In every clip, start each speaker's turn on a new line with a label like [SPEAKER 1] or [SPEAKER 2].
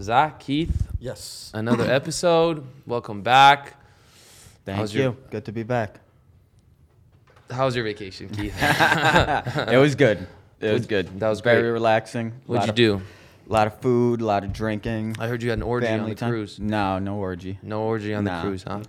[SPEAKER 1] Zach, Keith,
[SPEAKER 2] Yes.
[SPEAKER 1] another episode. Welcome back.
[SPEAKER 3] Thank
[SPEAKER 1] How's
[SPEAKER 3] you.
[SPEAKER 1] your-
[SPEAKER 3] Good to be back.
[SPEAKER 1] How was your vacation, Keith?
[SPEAKER 3] it was good. It was good.
[SPEAKER 1] that was
[SPEAKER 3] very
[SPEAKER 1] great.
[SPEAKER 3] relaxing.
[SPEAKER 1] What'd
[SPEAKER 3] Lot
[SPEAKER 1] you
[SPEAKER 3] of-
[SPEAKER 1] do?
[SPEAKER 3] A lot of food, a lot of drinking.
[SPEAKER 1] I heard you had an orgy on the cruise.
[SPEAKER 3] No, no orgy.
[SPEAKER 1] No orgy on
[SPEAKER 3] Nah.
[SPEAKER 1] the cruise, huh?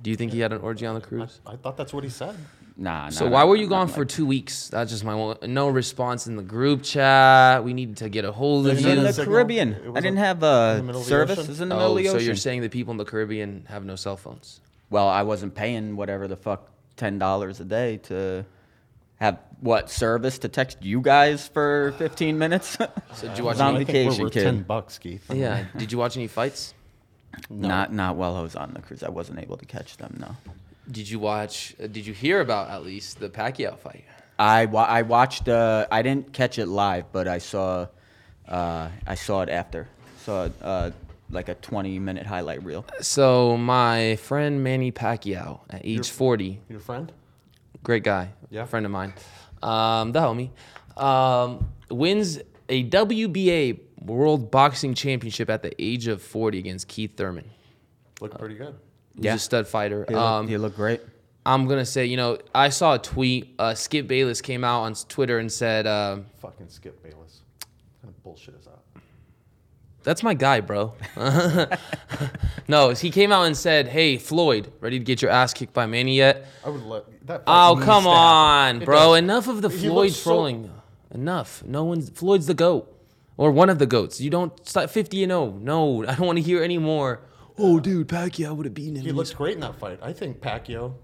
[SPEAKER 1] Do you think he had an orgy on the cruise?
[SPEAKER 2] I thought that's what he said.
[SPEAKER 3] Nah.
[SPEAKER 1] So
[SPEAKER 3] nah,
[SPEAKER 1] why
[SPEAKER 3] nah,
[SPEAKER 1] were you
[SPEAKER 3] nah,
[SPEAKER 1] gone
[SPEAKER 3] nah.
[SPEAKER 1] for two weeks? That's just my one. No response in the group chat. We needed to get a hold of
[SPEAKER 2] There's
[SPEAKER 3] It was
[SPEAKER 1] you.
[SPEAKER 3] in the
[SPEAKER 2] Signal.
[SPEAKER 3] Caribbean.
[SPEAKER 2] It was
[SPEAKER 3] I didn't
[SPEAKER 2] in-
[SPEAKER 3] have
[SPEAKER 2] in the middle
[SPEAKER 3] a
[SPEAKER 2] of the
[SPEAKER 3] service.
[SPEAKER 2] ocean?
[SPEAKER 3] It's in the middle
[SPEAKER 1] Oh,
[SPEAKER 3] of the
[SPEAKER 1] so
[SPEAKER 3] ocean.
[SPEAKER 1] you're saying the people in the Caribbean have no cell phones?
[SPEAKER 3] well, I wasn't paying whatever the fuck ten dollars a day to have what service to text you guys for fifteen minutes.
[SPEAKER 1] So did you watch
[SPEAKER 3] On
[SPEAKER 1] any?
[SPEAKER 2] I think we're
[SPEAKER 3] vacation,
[SPEAKER 2] worth
[SPEAKER 3] kid.
[SPEAKER 2] ten bucks, Keith.
[SPEAKER 1] Yeah. Did you watch any fights?
[SPEAKER 3] Not not while I was on the cruise. I wasn't able to catch them. No.
[SPEAKER 1] Did you watch? uh, Did you hear about at least the Pacquiao fight?
[SPEAKER 3] I wa- I watched. Uh, I didn't catch it live, but I saw. Uh, I saw it after. Saw uh, like a 20 minute highlight reel.
[SPEAKER 1] So my friend Manny Pacquiao, at age 40,
[SPEAKER 2] Your friend?
[SPEAKER 1] great guy,
[SPEAKER 2] Yeah.
[SPEAKER 1] friend of mine, um, the homie, um, wins a WBA World Boxing Championship at the age of 40 against Keith Thurman,
[SPEAKER 2] Looked pretty good.
[SPEAKER 1] who's
[SPEAKER 3] Yeah.
[SPEAKER 1] a stud fighter.
[SPEAKER 3] He,
[SPEAKER 1] Um,
[SPEAKER 3] looked, he looked great.
[SPEAKER 1] I'm gonna say, you know, I saw a tweet. Uh, Skip Bayless came out on s- Twitter and said, uh,
[SPEAKER 2] Fucking Skip Bayless. What kind of bullshit is that?
[SPEAKER 1] "That's my guy, bro." no, he came out and said, "Hey, Floyd, ready to get your ass kicked by Manny yet?"
[SPEAKER 2] I would let that.
[SPEAKER 1] Oh,
[SPEAKER 2] fucking
[SPEAKER 1] come
[SPEAKER 2] needs to
[SPEAKER 1] on,
[SPEAKER 2] happen. It
[SPEAKER 1] bro.
[SPEAKER 2] does.
[SPEAKER 1] Enough of the
[SPEAKER 2] He
[SPEAKER 1] Floyd
[SPEAKER 2] looks so-
[SPEAKER 1] trolling. Enough. No one's Floyd's the goat or one of the goats. You don't start 50 and 0. No, I don't want to hear any more. Oh, dude, Pacquiao would have beaten him.
[SPEAKER 2] He looks great in that fight. I think Pacquiao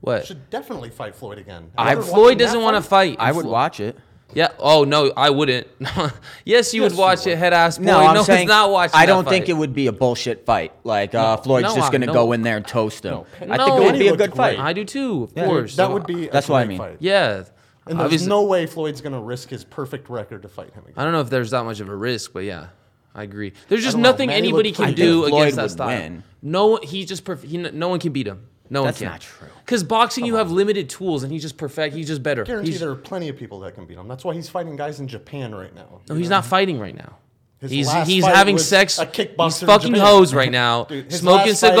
[SPEAKER 1] what?
[SPEAKER 2] should definitely fight Floyd again.
[SPEAKER 3] I-
[SPEAKER 2] After watching
[SPEAKER 1] Floyd
[SPEAKER 2] that
[SPEAKER 1] doesn't want to fight.
[SPEAKER 3] I would
[SPEAKER 1] Flo-
[SPEAKER 3] watch it.
[SPEAKER 1] Yeah. Oh no, I wouldn't. yes, you
[SPEAKER 2] Yes,
[SPEAKER 1] would
[SPEAKER 2] you
[SPEAKER 1] watch
[SPEAKER 2] would.
[SPEAKER 1] it. Head ass boy.
[SPEAKER 3] No,
[SPEAKER 1] No,
[SPEAKER 3] I'm
[SPEAKER 1] one's
[SPEAKER 3] saying
[SPEAKER 1] not watching.
[SPEAKER 3] I
[SPEAKER 1] that
[SPEAKER 3] don't think
[SPEAKER 1] fight.
[SPEAKER 3] it would be a bullshit fight. Like uh, Floyd's
[SPEAKER 1] No, I-
[SPEAKER 3] just gonna
[SPEAKER 1] no.
[SPEAKER 3] go in there and toast him. I
[SPEAKER 1] No,
[SPEAKER 3] think it would
[SPEAKER 1] he
[SPEAKER 3] be a
[SPEAKER 2] looked
[SPEAKER 3] good
[SPEAKER 2] great.
[SPEAKER 3] fight.
[SPEAKER 1] I do too, of
[SPEAKER 3] Yeah.
[SPEAKER 1] course.
[SPEAKER 2] That would be. A
[SPEAKER 3] That's what I
[SPEAKER 2] great
[SPEAKER 3] mean.
[SPEAKER 2] Fight.
[SPEAKER 1] Yeah.
[SPEAKER 2] And there's
[SPEAKER 1] Obviously,
[SPEAKER 2] no way Floyd's gonna risk his perfect record to fight him again.
[SPEAKER 1] I don't know if there's that much of a risk, but yeah, I agree. There's just
[SPEAKER 2] don't know.
[SPEAKER 1] nothing
[SPEAKER 2] Manny
[SPEAKER 1] anybody
[SPEAKER 2] looked
[SPEAKER 1] can
[SPEAKER 2] pretty
[SPEAKER 1] do
[SPEAKER 3] good. I
[SPEAKER 1] against
[SPEAKER 3] think
[SPEAKER 1] that
[SPEAKER 3] Floyd
[SPEAKER 1] style.
[SPEAKER 3] would win.
[SPEAKER 1] No, one- he just perf- he, no one can beat him. No
[SPEAKER 3] That's
[SPEAKER 1] one can.
[SPEAKER 3] not true.
[SPEAKER 1] Because boxing, you have limited tools, and he's just perfect. He's just better.
[SPEAKER 2] guarantee
[SPEAKER 1] He's,
[SPEAKER 2] there are plenty of people that can beat him. That's why he's fighting guys in Japan right now.
[SPEAKER 1] no, he's not fighting right now.
[SPEAKER 2] His
[SPEAKER 1] he's
[SPEAKER 2] last
[SPEAKER 1] he's
[SPEAKER 2] fight
[SPEAKER 1] having
[SPEAKER 2] was
[SPEAKER 1] sex.
[SPEAKER 2] a kickboxer
[SPEAKER 1] He's
[SPEAKER 2] in
[SPEAKER 1] fucking
[SPEAKER 2] Japan.
[SPEAKER 1] hoes right now,
[SPEAKER 2] Dude, his
[SPEAKER 1] smoking
[SPEAKER 2] last fight was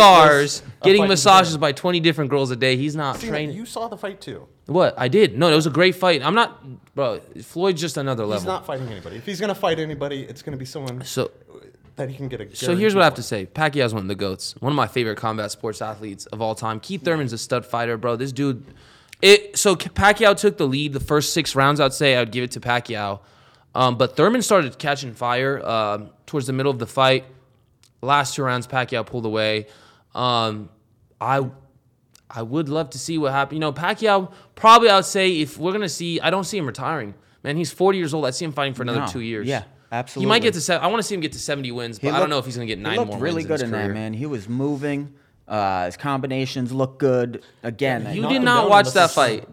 [SPEAKER 1] cigars,
[SPEAKER 2] a fight
[SPEAKER 1] getting
[SPEAKER 2] in
[SPEAKER 1] massages
[SPEAKER 2] Japan.
[SPEAKER 1] by 20 different girls a day. He's not
[SPEAKER 2] See,
[SPEAKER 1] training.
[SPEAKER 2] You saw the fight too.
[SPEAKER 1] What I did? No, it was a great fight. I'm not, bro. Floyd's just another
[SPEAKER 2] He's
[SPEAKER 1] level.
[SPEAKER 2] not fighting anybody. If he's gonna fight anybody, it's gonna be someone
[SPEAKER 1] so,
[SPEAKER 2] that he can get a.
[SPEAKER 1] so here's what I have to
[SPEAKER 2] guaranteed
[SPEAKER 1] say. Pacquiao's one of the goats. One of my favorite combat sports athletes of all time. Keith Thurman's a stud fighter, bro. This dude. It so K- Pacquiao took the lead the first six rounds. I'd say I'd give it to Pacquiao, um, but Thurman started catching fire um, towards the middle of the fight. Last two rounds, Pacquiao pulled away. Um, I I would love to see what happens. You know, Pacquiao probably I would say if we're gonna see, I don't see him retiring. Man, he's 40 years old. I see him fighting for another
[SPEAKER 3] No,
[SPEAKER 1] two years.
[SPEAKER 3] yeah,
[SPEAKER 1] He might
[SPEAKER 3] absolutely.
[SPEAKER 1] get to. Se- I want to see him get to 70 wins, but
[SPEAKER 3] He
[SPEAKER 1] I don't
[SPEAKER 3] looked-
[SPEAKER 1] know if he's gonna get nine
[SPEAKER 3] he looked
[SPEAKER 1] more.
[SPEAKER 3] really
[SPEAKER 1] wins
[SPEAKER 3] good
[SPEAKER 1] in, his
[SPEAKER 3] in, that
[SPEAKER 1] career.
[SPEAKER 3] man. He was moving. Uh, his combinations looked good. Again, I
[SPEAKER 1] You
[SPEAKER 2] Knocked
[SPEAKER 1] did
[SPEAKER 2] him
[SPEAKER 1] not
[SPEAKER 2] down
[SPEAKER 1] watch
[SPEAKER 2] with a
[SPEAKER 1] that
[SPEAKER 2] s-
[SPEAKER 1] fight.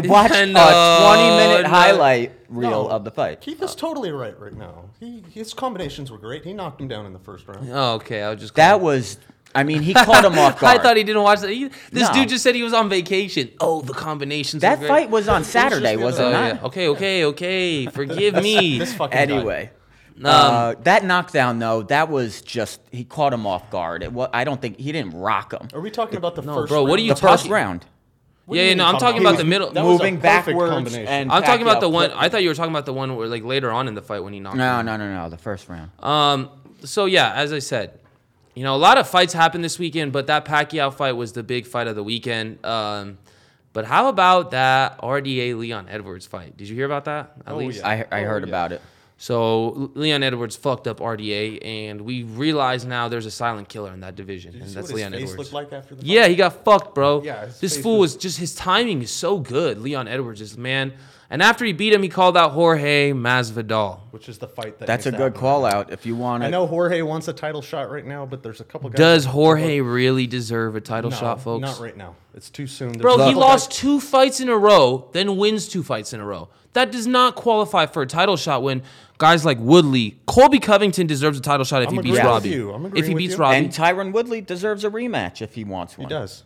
[SPEAKER 3] watched a 20
[SPEAKER 1] And, uh,
[SPEAKER 3] minute
[SPEAKER 1] no.
[SPEAKER 3] highlight
[SPEAKER 2] fight. Uh,
[SPEAKER 3] reel
[SPEAKER 2] No,
[SPEAKER 3] of the fight.
[SPEAKER 2] Keith is totally right right now. He, his combinations were great. He knocked him down in the first round.
[SPEAKER 1] Oh, okay. I was just.
[SPEAKER 3] That was, I mean, he caught him off guard.
[SPEAKER 1] I thought he didn't watch that. He, this
[SPEAKER 3] No.
[SPEAKER 1] dude just said he was on vacation. Oh, the combinations. were
[SPEAKER 3] that
[SPEAKER 1] great.
[SPEAKER 3] fight was on
[SPEAKER 2] just the
[SPEAKER 3] Saturday,
[SPEAKER 2] other
[SPEAKER 3] was it
[SPEAKER 1] Oh,
[SPEAKER 2] day.
[SPEAKER 3] not?
[SPEAKER 1] yeah. Okay, okay, okay. Forgive me.
[SPEAKER 2] This fucking guy.
[SPEAKER 3] Anyway,
[SPEAKER 1] Um,
[SPEAKER 3] uh, that knockdown though, that was just he caught him off guard. It wa- I don't think he didn't rock him.
[SPEAKER 2] Are we talking about the
[SPEAKER 1] No,
[SPEAKER 2] first?
[SPEAKER 1] bro, what
[SPEAKER 2] round?
[SPEAKER 1] are you
[SPEAKER 3] The first
[SPEAKER 1] talking-
[SPEAKER 3] round,
[SPEAKER 2] What
[SPEAKER 1] Yeah,
[SPEAKER 2] do you
[SPEAKER 1] yeah, no,
[SPEAKER 2] mean
[SPEAKER 1] I'm talking
[SPEAKER 2] about
[SPEAKER 1] about the
[SPEAKER 2] the-
[SPEAKER 1] middle.
[SPEAKER 2] that was a
[SPEAKER 3] moving
[SPEAKER 2] perfect
[SPEAKER 3] backwards,
[SPEAKER 2] combination.
[SPEAKER 3] and
[SPEAKER 1] I'm talking about the
[SPEAKER 3] Pacquiao
[SPEAKER 1] one.
[SPEAKER 3] flipped-
[SPEAKER 1] I thought you were talking about the one where like later on in the fight when he knocked.
[SPEAKER 3] No, no, no, no. The first round.
[SPEAKER 1] Um. So yeah, as I said, you know, a lot of fights happened this weekend, but that Pacquiao fight was the big fight of the weekend. Um. But how about that RDA Leon Edwards fight? Did you hear about that? At
[SPEAKER 2] Oh,
[SPEAKER 1] least.
[SPEAKER 2] yeah.
[SPEAKER 3] I I
[SPEAKER 2] Oh,
[SPEAKER 3] heard
[SPEAKER 2] yeah.
[SPEAKER 3] about it.
[SPEAKER 1] So Leon Edwards fucked up RDA, and we realize now there's a silent killer in that division,
[SPEAKER 2] Did you
[SPEAKER 1] and
[SPEAKER 2] see
[SPEAKER 1] that's
[SPEAKER 2] what his
[SPEAKER 1] Leon
[SPEAKER 2] face
[SPEAKER 1] Edwards.
[SPEAKER 2] looked like after the
[SPEAKER 1] Yeah, he got fucked, bro.
[SPEAKER 2] Yeah, his
[SPEAKER 1] this
[SPEAKER 2] face
[SPEAKER 1] fool
[SPEAKER 2] was-
[SPEAKER 1] was just his timing is so good. Leon Edwards is man, and after he beat him, he called out Jorge Masvidal.
[SPEAKER 2] Which is the fight that.
[SPEAKER 3] That's a
[SPEAKER 2] needs to
[SPEAKER 3] good
[SPEAKER 2] happen.
[SPEAKER 3] call out. If you want
[SPEAKER 2] I
[SPEAKER 3] to,
[SPEAKER 2] know Jorge wants a title shot right now, but there's a couple guys.
[SPEAKER 1] Does
[SPEAKER 2] that-
[SPEAKER 1] Jorge really deserve a title
[SPEAKER 2] No,
[SPEAKER 1] shot, folks?
[SPEAKER 2] Not right now. It's too soon. There's
[SPEAKER 1] Bro, he
[SPEAKER 2] a couple
[SPEAKER 1] lost
[SPEAKER 2] guys-
[SPEAKER 1] two fights in a row, then wins two fights in a row. That does not qualify for a title shot when guys like Woodley, Colby Covington deserves a title shot if
[SPEAKER 2] I'm
[SPEAKER 1] he beats
[SPEAKER 2] agreeing with
[SPEAKER 1] Robbie.
[SPEAKER 2] you. I'm
[SPEAKER 1] if he
[SPEAKER 2] agreeing with
[SPEAKER 1] beats
[SPEAKER 2] you.
[SPEAKER 1] Robbie,
[SPEAKER 3] and Tyron Woodley deserves a rematch if he wants
[SPEAKER 2] He
[SPEAKER 3] one.
[SPEAKER 2] does.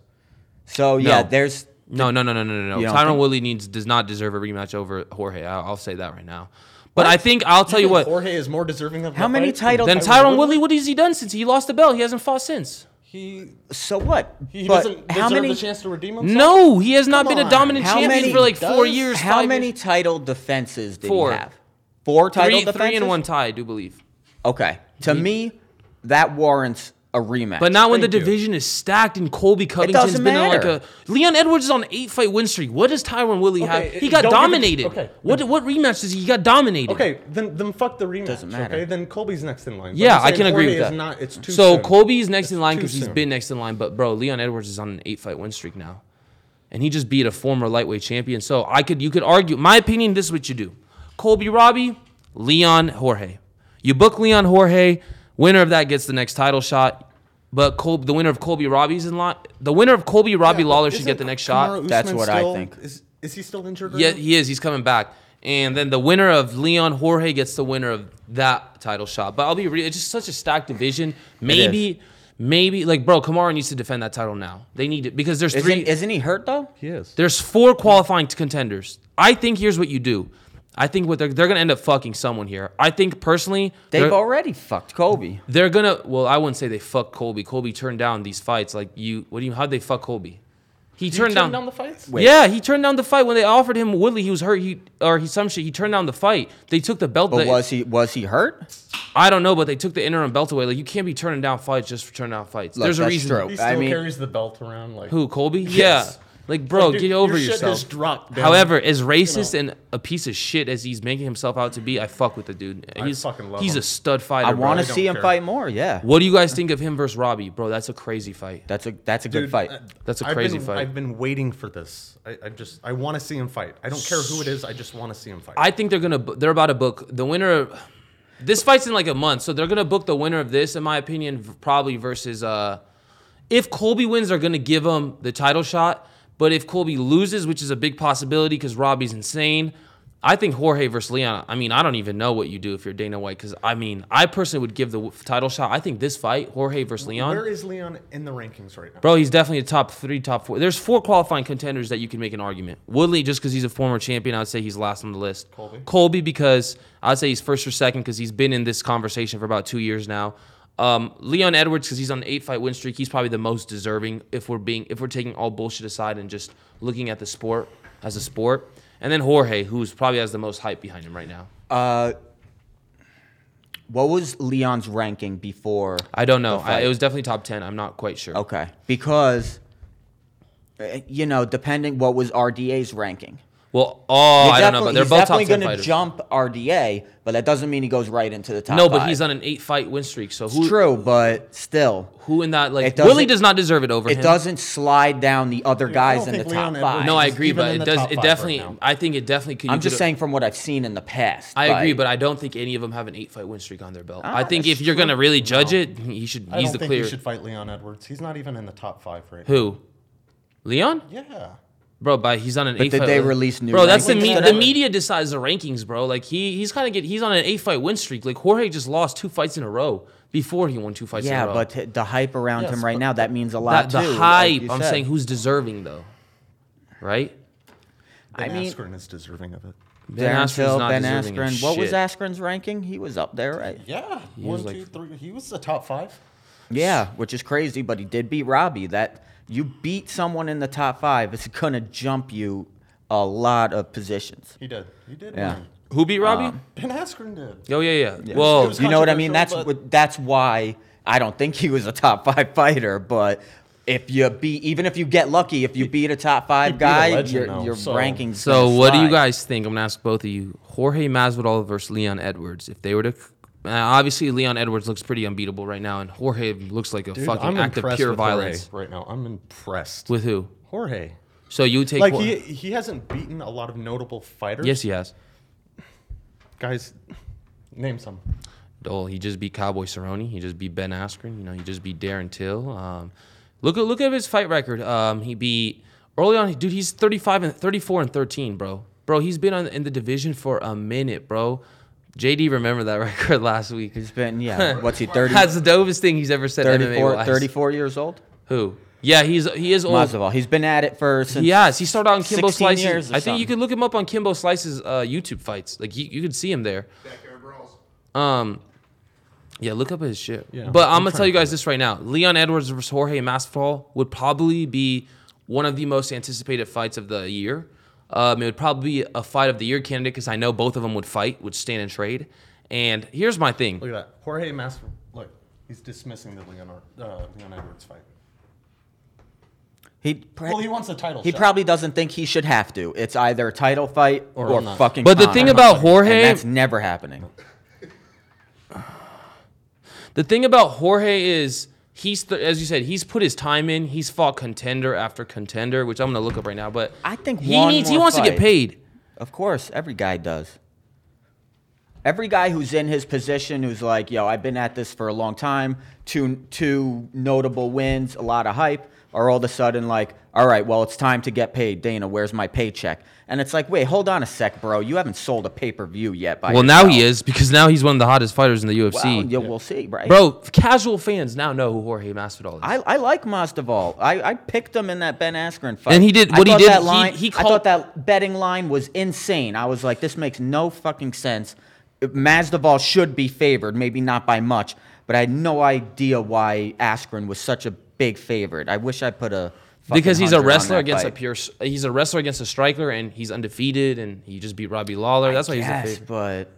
[SPEAKER 3] So yeah,
[SPEAKER 1] No.
[SPEAKER 3] there's
[SPEAKER 1] No, no, no, no, no, no,
[SPEAKER 3] You
[SPEAKER 1] no.
[SPEAKER 3] don't
[SPEAKER 1] Tyron
[SPEAKER 3] think-
[SPEAKER 1] Woodley needs does not deserve a rematch over Jorge. I, I'll say that right now. But I think I'll tell you what.
[SPEAKER 2] Jorge is more deserving of
[SPEAKER 3] How
[SPEAKER 2] the
[SPEAKER 3] many
[SPEAKER 2] fight?
[SPEAKER 3] titles-
[SPEAKER 1] Then
[SPEAKER 3] Tyron
[SPEAKER 1] Tyron Woodley, what has he done since he lost the belt? He hasn't fought since.
[SPEAKER 2] He
[SPEAKER 3] So what?
[SPEAKER 2] he
[SPEAKER 3] But
[SPEAKER 2] doesn't
[SPEAKER 3] how
[SPEAKER 2] deserve
[SPEAKER 3] many
[SPEAKER 2] the chance to redeem himself.
[SPEAKER 1] No, he has not
[SPEAKER 2] Come
[SPEAKER 1] been a
[SPEAKER 2] on.
[SPEAKER 1] dominant
[SPEAKER 3] How
[SPEAKER 1] champion
[SPEAKER 3] many
[SPEAKER 1] for like four
[SPEAKER 2] does-
[SPEAKER 1] years.
[SPEAKER 3] how
[SPEAKER 1] five
[SPEAKER 3] many
[SPEAKER 1] years.
[SPEAKER 3] title defenses did
[SPEAKER 1] Four.
[SPEAKER 3] he have? Four title
[SPEAKER 1] Three,
[SPEAKER 3] defenses.
[SPEAKER 1] three and one tie, I do believe.
[SPEAKER 3] Okay. To me, that warrants a rematch.
[SPEAKER 1] But not when the
[SPEAKER 2] Thank you.
[SPEAKER 1] division is stacked and Colby Covington's
[SPEAKER 3] doesn't
[SPEAKER 1] been on like a
[SPEAKER 3] matter.
[SPEAKER 1] Leon Edwards is on an eight fight win streak. What does Tyron Woodley
[SPEAKER 2] Okay,
[SPEAKER 1] have?
[SPEAKER 2] it-
[SPEAKER 1] He got
[SPEAKER 2] don't give it-
[SPEAKER 1] dominated.
[SPEAKER 2] okay.
[SPEAKER 1] What what rematch does he, he got dominated?
[SPEAKER 2] Okay, then then fuck the rematch.
[SPEAKER 3] Doesn't matter.
[SPEAKER 2] Okay, then Colby's next in line. But
[SPEAKER 1] Yeah,
[SPEAKER 2] I'm
[SPEAKER 1] I
[SPEAKER 2] saying
[SPEAKER 1] can agree
[SPEAKER 2] Jorge
[SPEAKER 1] with
[SPEAKER 2] is
[SPEAKER 1] that.
[SPEAKER 2] Not, it's too
[SPEAKER 1] so
[SPEAKER 2] soon.
[SPEAKER 1] Colby's next in line
[SPEAKER 2] too
[SPEAKER 1] because he's
[SPEAKER 2] soon.
[SPEAKER 1] been next in line, but bro, Leon Edwards is on an eight fight win streak now, and he just beat a former lightweight champion. So I could you could argue. My opinion: This is what you do: Colby Robbie, Leon Jorge. You book Leon Jorge. Winner of that gets the next title shot. But Col- the winner of Colby Robbie's in line. The winner of Colby Robbie
[SPEAKER 2] Yeah, but
[SPEAKER 1] Lawler should
[SPEAKER 2] isn't
[SPEAKER 1] get the next
[SPEAKER 2] Kamaru
[SPEAKER 1] shot.
[SPEAKER 2] Usman
[SPEAKER 3] That's what I
[SPEAKER 2] still-
[SPEAKER 3] think.
[SPEAKER 2] Is is he still injured? right
[SPEAKER 1] Yeah,
[SPEAKER 2] now?
[SPEAKER 1] he is. He's coming back. And then the winner of Leon Jorge gets the winner of that title shot. But I'll be real, it's just such a stacked division. Maybe, maybe like bro, Kamara needs to defend that title now. They need it because there's
[SPEAKER 3] isn't,
[SPEAKER 1] three.
[SPEAKER 3] isn't he hurt though?
[SPEAKER 2] he is.
[SPEAKER 1] there's four qualifying contenders. I think here's what you do. I think what they're they're gonna end up fucking someone here. I think personally
[SPEAKER 3] They've
[SPEAKER 1] they're-
[SPEAKER 3] already fucked Kobe.
[SPEAKER 1] they're gonna. Well, I wouldn't say they fuck Colby. Colby turned down these fights. Like you, what do you? How'd they fuck Colby? He turned down,
[SPEAKER 2] down the fights?
[SPEAKER 3] Wait.
[SPEAKER 1] Yeah, he turned down the fight when they offered him Woodley. He was hurt. He or he some shit. He turned down the fight. They took the belt.
[SPEAKER 3] But
[SPEAKER 1] that-
[SPEAKER 3] was he was he hurt?
[SPEAKER 1] I don't know, but they took the interim belt away. Like you can't be turning down fights just for turning down fights.
[SPEAKER 3] Look,
[SPEAKER 1] There's a
[SPEAKER 3] that's
[SPEAKER 1] reason.
[SPEAKER 3] true.
[SPEAKER 2] He still
[SPEAKER 3] I mean-
[SPEAKER 2] carries the belt around like
[SPEAKER 1] Who Colby?
[SPEAKER 2] Yes.
[SPEAKER 1] Yeah. Like bro,
[SPEAKER 2] Like, dude,
[SPEAKER 1] get over
[SPEAKER 2] your shit
[SPEAKER 1] yourself.
[SPEAKER 2] just dropped, man.
[SPEAKER 1] However, as racist and a piece of shit as he's making himself out to be, I fuck with the dude. And
[SPEAKER 2] I
[SPEAKER 1] he's
[SPEAKER 2] fucking love
[SPEAKER 1] he's
[SPEAKER 2] him.
[SPEAKER 1] a stud fighter.
[SPEAKER 3] I
[SPEAKER 1] bro.
[SPEAKER 3] want to
[SPEAKER 2] don't
[SPEAKER 3] see him
[SPEAKER 2] care.
[SPEAKER 3] fight more. Yeah,
[SPEAKER 1] What do you guys think of him versus Robbie, bro? That's a crazy fight.
[SPEAKER 3] that's a that's a
[SPEAKER 2] Dude,
[SPEAKER 3] good fight.
[SPEAKER 2] uh,
[SPEAKER 1] That's a
[SPEAKER 2] I've
[SPEAKER 1] crazy
[SPEAKER 2] been-
[SPEAKER 1] fight.
[SPEAKER 2] I've been waiting for this. I, I just I want to see him fight. I don't care who it is. I just want to see him fight.
[SPEAKER 1] I think they're gonna bu- they're about to book the winner. Of, this fight's in like a month, so they're gonna book the winner of this, in my opinion, v- probably versus uh, if Colby wins, they're gonna give him the title shot. But if Colby loses, which is a big possibility because Robbie's insane, I think Jorge versus Leon. I mean, I don't even know what you do if you're Dana White, because I mean, I personally would give the w- title shot. I think this fight, Jorge versus Leon,
[SPEAKER 2] Where is Leon in the rankings right now?
[SPEAKER 1] Bro, he's definitely a top three, top four. There's four qualifying contenders that you can make an argument. Woodley, just because he's a former champion, I'd say he's last on the list.
[SPEAKER 2] Colby?
[SPEAKER 1] Colby, because I'd say he's first or second because he's been in this conversation for about two years now. Um, Leon Edwards, because he's on an eight-fight win streak, he's probably the most deserving if we're being if we're taking all bullshit aside and just looking at the sport as a sport. And then Jorge, who's probably has the most hype behind him right now.
[SPEAKER 3] Uh, what was Leon's ranking before?
[SPEAKER 1] I don't know.
[SPEAKER 3] the
[SPEAKER 1] I,
[SPEAKER 3] fight? Oh.
[SPEAKER 1] it was definitely top ten. I'm not quite sure.
[SPEAKER 3] okay because uh, you know depending what was RDA's ranking.
[SPEAKER 1] Well, oh,
[SPEAKER 3] You're
[SPEAKER 1] I don't know,
[SPEAKER 3] definitely-
[SPEAKER 1] but they're
[SPEAKER 3] he's
[SPEAKER 1] both top
[SPEAKER 3] definitely
[SPEAKER 1] ten
[SPEAKER 3] gonna
[SPEAKER 1] fighters.
[SPEAKER 3] jump RDA, but that doesn't mean he goes right into the top.
[SPEAKER 1] no,
[SPEAKER 3] five.
[SPEAKER 1] but he's on an eight-fight win streak. So who?
[SPEAKER 3] It's true, but still,
[SPEAKER 1] Who in that like
[SPEAKER 3] It doesn't-
[SPEAKER 1] Willie does not deserve it over
[SPEAKER 3] it
[SPEAKER 1] him.
[SPEAKER 3] doesn't slide down the other
[SPEAKER 2] I don't
[SPEAKER 3] guys in the
[SPEAKER 2] think
[SPEAKER 3] top
[SPEAKER 2] Leon Edwards
[SPEAKER 3] five.
[SPEAKER 1] No, I
[SPEAKER 2] He's
[SPEAKER 1] agree,
[SPEAKER 2] even
[SPEAKER 1] but
[SPEAKER 2] in
[SPEAKER 1] it
[SPEAKER 2] the
[SPEAKER 1] does.
[SPEAKER 2] top
[SPEAKER 1] It
[SPEAKER 2] five right
[SPEAKER 1] definitely.
[SPEAKER 2] now.
[SPEAKER 1] I think it definitely could.
[SPEAKER 3] I'm
[SPEAKER 1] you
[SPEAKER 3] just
[SPEAKER 1] could-
[SPEAKER 3] saying from what I've seen in the past.
[SPEAKER 1] I agree,
[SPEAKER 3] like-
[SPEAKER 1] but I don't think any of them have an eight-fight win streak on their belt.
[SPEAKER 3] Ah,
[SPEAKER 1] I think if
[SPEAKER 3] that's
[SPEAKER 1] you're gonna
[SPEAKER 3] true.
[SPEAKER 1] really judge it, he should.
[SPEAKER 2] I
[SPEAKER 1] he's
[SPEAKER 2] don't
[SPEAKER 1] the
[SPEAKER 2] think
[SPEAKER 1] clear.
[SPEAKER 2] he should fight Leon Edwards. He's not even in the top five right now.
[SPEAKER 1] Who? Leon,
[SPEAKER 2] Yeah.
[SPEAKER 1] bro, but he's on an eight.
[SPEAKER 3] did they release new
[SPEAKER 1] Bro, that's the
[SPEAKER 2] rankings
[SPEAKER 1] me-
[SPEAKER 2] for
[SPEAKER 1] the
[SPEAKER 2] that?
[SPEAKER 1] media decides the rankings, bro. Like he he's kind of get he's on an eight-fight win streak. Like Jorge just lost two fights in a row before he won two fights. in
[SPEAKER 3] yeah,
[SPEAKER 1] a row.
[SPEAKER 3] but t- the hype around
[SPEAKER 2] Yes,
[SPEAKER 3] him right
[SPEAKER 2] but
[SPEAKER 3] now that means a
[SPEAKER 1] That-
[SPEAKER 3] lot.
[SPEAKER 1] the
[SPEAKER 3] too, like
[SPEAKER 1] hype.
[SPEAKER 3] you
[SPEAKER 1] I'm
[SPEAKER 3] said.
[SPEAKER 1] saying who's deserving though, right?
[SPEAKER 3] I
[SPEAKER 2] Ben
[SPEAKER 3] mean-
[SPEAKER 2] Askren is deserving of it.
[SPEAKER 1] Ben
[SPEAKER 3] Darren
[SPEAKER 1] Askren's
[SPEAKER 3] Till,
[SPEAKER 1] not
[SPEAKER 3] Ben
[SPEAKER 1] deserving of
[SPEAKER 3] Askren. What was
[SPEAKER 1] shit.
[SPEAKER 3] Askren's ranking? He was up there, right?
[SPEAKER 2] Yeah.
[SPEAKER 1] was
[SPEAKER 2] One,
[SPEAKER 1] like-
[SPEAKER 2] two, three. He was the top five.
[SPEAKER 3] Yeah, which is crazy, but he did beat Robbie. That you beat someone in the top five, it's gonna jump you a lot of positions.
[SPEAKER 2] He did. He did.
[SPEAKER 3] Yeah.
[SPEAKER 2] win.
[SPEAKER 1] Who
[SPEAKER 3] Uh,
[SPEAKER 1] beat Robbie?
[SPEAKER 2] Ben Askren did.
[SPEAKER 1] oh yeah, yeah. Whoa,
[SPEAKER 2] It was
[SPEAKER 3] you know what I mean? That's
[SPEAKER 2] controversial, but-
[SPEAKER 3] what, that's why I don't think he was a top five fighter. But if you beat, even if you get lucky, if you beat a top five
[SPEAKER 2] beat a
[SPEAKER 3] guy,
[SPEAKER 2] legend,
[SPEAKER 3] your
[SPEAKER 2] though,
[SPEAKER 3] your
[SPEAKER 2] so-
[SPEAKER 3] rankings.
[SPEAKER 1] So
[SPEAKER 3] gonna
[SPEAKER 1] what do you
[SPEAKER 3] slide.
[SPEAKER 1] guys think? I'm gonna ask both of you. Jorge Masvidal versus Leon Edwards. If they were to, uh, obviously Leon Edwards looks pretty unbeatable right now, and Jorge looks like a
[SPEAKER 2] Dude,
[SPEAKER 1] fucking
[SPEAKER 2] I'm
[SPEAKER 1] act of
[SPEAKER 2] impressed
[SPEAKER 1] pure
[SPEAKER 2] with Jorge
[SPEAKER 1] violence.
[SPEAKER 2] right now. I'm impressed.
[SPEAKER 1] With who?
[SPEAKER 2] Jorge.
[SPEAKER 1] So you would take
[SPEAKER 2] Like
[SPEAKER 1] Jor-
[SPEAKER 2] he he hasn't beaten a lot of notable fighters.
[SPEAKER 1] Yes, he has.
[SPEAKER 2] Guys, name some.
[SPEAKER 1] Dole. He just beat Cowboy Cerrone. He just beat Ben Askren. You know, he just beat Darren Till. Um, look at look at his fight record. Um, he beat early on, dude. He's 35 and 34 and 13, bro. Bro, he's been on, in the division for a minute, bro. JD, remember that record last week?
[SPEAKER 3] He's been yeah. What's he 30,
[SPEAKER 1] That's the dopest thing he's ever said. 34,
[SPEAKER 3] 34, 34 years old?
[SPEAKER 1] Who? Yeah, he's he is old.
[SPEAKER 3] Mazzoval. He's been at it for since.
[SPEAKER 1] He has. He started out on Kimbo
[SPEAKER 3] 16
[SPEAKER 1] Slice's.
[SPEAKER 3] years or
[SPEAKER 1] I think you
[SPEAKER 3] something.
[SPEAKER 1] could look him up on Kimbo Slice's uh, YouTube fights. Like you, you could see him there.
[SPEAKER 4] Backyard brawls.
[SPEAKER 1] Um, yeah, look up his shit.
[SPEAKER 2] Yeah,
[SPEAKER 1] but I'm,
[SPEAKER 2] I'm
[SPEAKER 1] gonna
[SPEAKER 2] trying
[SPEAKER 1] tell you
[SPEAKER 2] to
[SPEAKER 1] guys this right now: Leon Edwards versus Jorge Masvidal would probably be one of the most anticipated fights of the year. Um, it would probably be a fight of the year candidate because I know both of them would fight, would stand and trade. And here's my thing:
[SPEAKER 2] Look at that. Jorge Mas. Look, he's dismissing the Leon, uh, Leon Edwards fight.
[SPEAKER 3] He pr-
[SPEAKER 2] Well, he wants a title
[SPEAKER 3] He
[SPEAKER 2] shot.
[SPEAKER 3] probably doesn't think he should have to. It's either a title fight or,
[SPEAKER 2] Or not.
[SPEAKER 3] fucking.
[SPEAKER 1] But the
[SPEAKER 3] Conor.
[SPEAKER 1] thing about Jorge-
[SPEAKER 3] and that's never happening.
[SPEAKER 1] The thing about Jorge is he's th- as you said, he's put his time in. He's fought contender after contender, which I'm gonna look up right now. But
[SPEAKER 3] I think
[SPEAKER 1] he
[SPEAKER 3] one
[SPEAKER 1] needs he
[SPEAKER 3] more
[SPEAKER 1] wants to get
[SPEAKER 3] fight.
[SPEAKER 1] paid.
[SPEAKER 3] Of course, every guy does. Every guy who's in his position who's like, yo, I've been at this for a long time, two, two notable wins, a lot of hype, are all of a sudden like, all right, well, it's time to get paid. Dana, where's my paycheck? And it's like, wait, hold on a sec, bro. You haven't sold a pay per view yet. By
[SPEAKER 1] Well, now he
[SPEAKER 3] yourself."
[SPEAKER 1] is because now he's one of the hottest fighters in the
[SPEAKER 3] Well,
[SPEAKER 1] UFC.
[SPEAKER 3] yeah, we'll see, right?
[SPEAKER 1] Bro, casual fans now know who Jorge Masvidal is.
[SPEAKER 3] I, I like Mazdaval. I, I picked him in that Ben Askren fight.
[SPEAKER 1] And he did-
[SPEAKER 3] I
[SPEAKER 1] what he
[SPEAKER 3] thought
[SPEAKER 1] did,
[SPEAKER 3] That
[SPEAKER 1] he-
[SPEAKER 3] line,
[SPEAKER 1] he
[SPEAKER 3] I
[SPEAKER 1] called-
[SPEAKER 3] thought that betting line was insane. I was like, this makes no fucking sense. Mazdaval should be favored, maybe not by much, but I had no idea why Askren was such a big favorite. I wish I put a fucking
[SPEAKER 1] because he's a
[SPEAKER 3] 100 on
[SPEAKER 1] wrestler
[SPEAKER 3] that
[SPEAKER 1] against a
[SPEAKER 3] fight.
[SPEAKER 1] pure, s- he's a wrestler against a striker, and he's undefeated, and he just beat Robbie Lawler. That's why he's a
[SPEAKER 3] Yes,
[SPEAKER 1] favorite.
[SPEAKER 3] but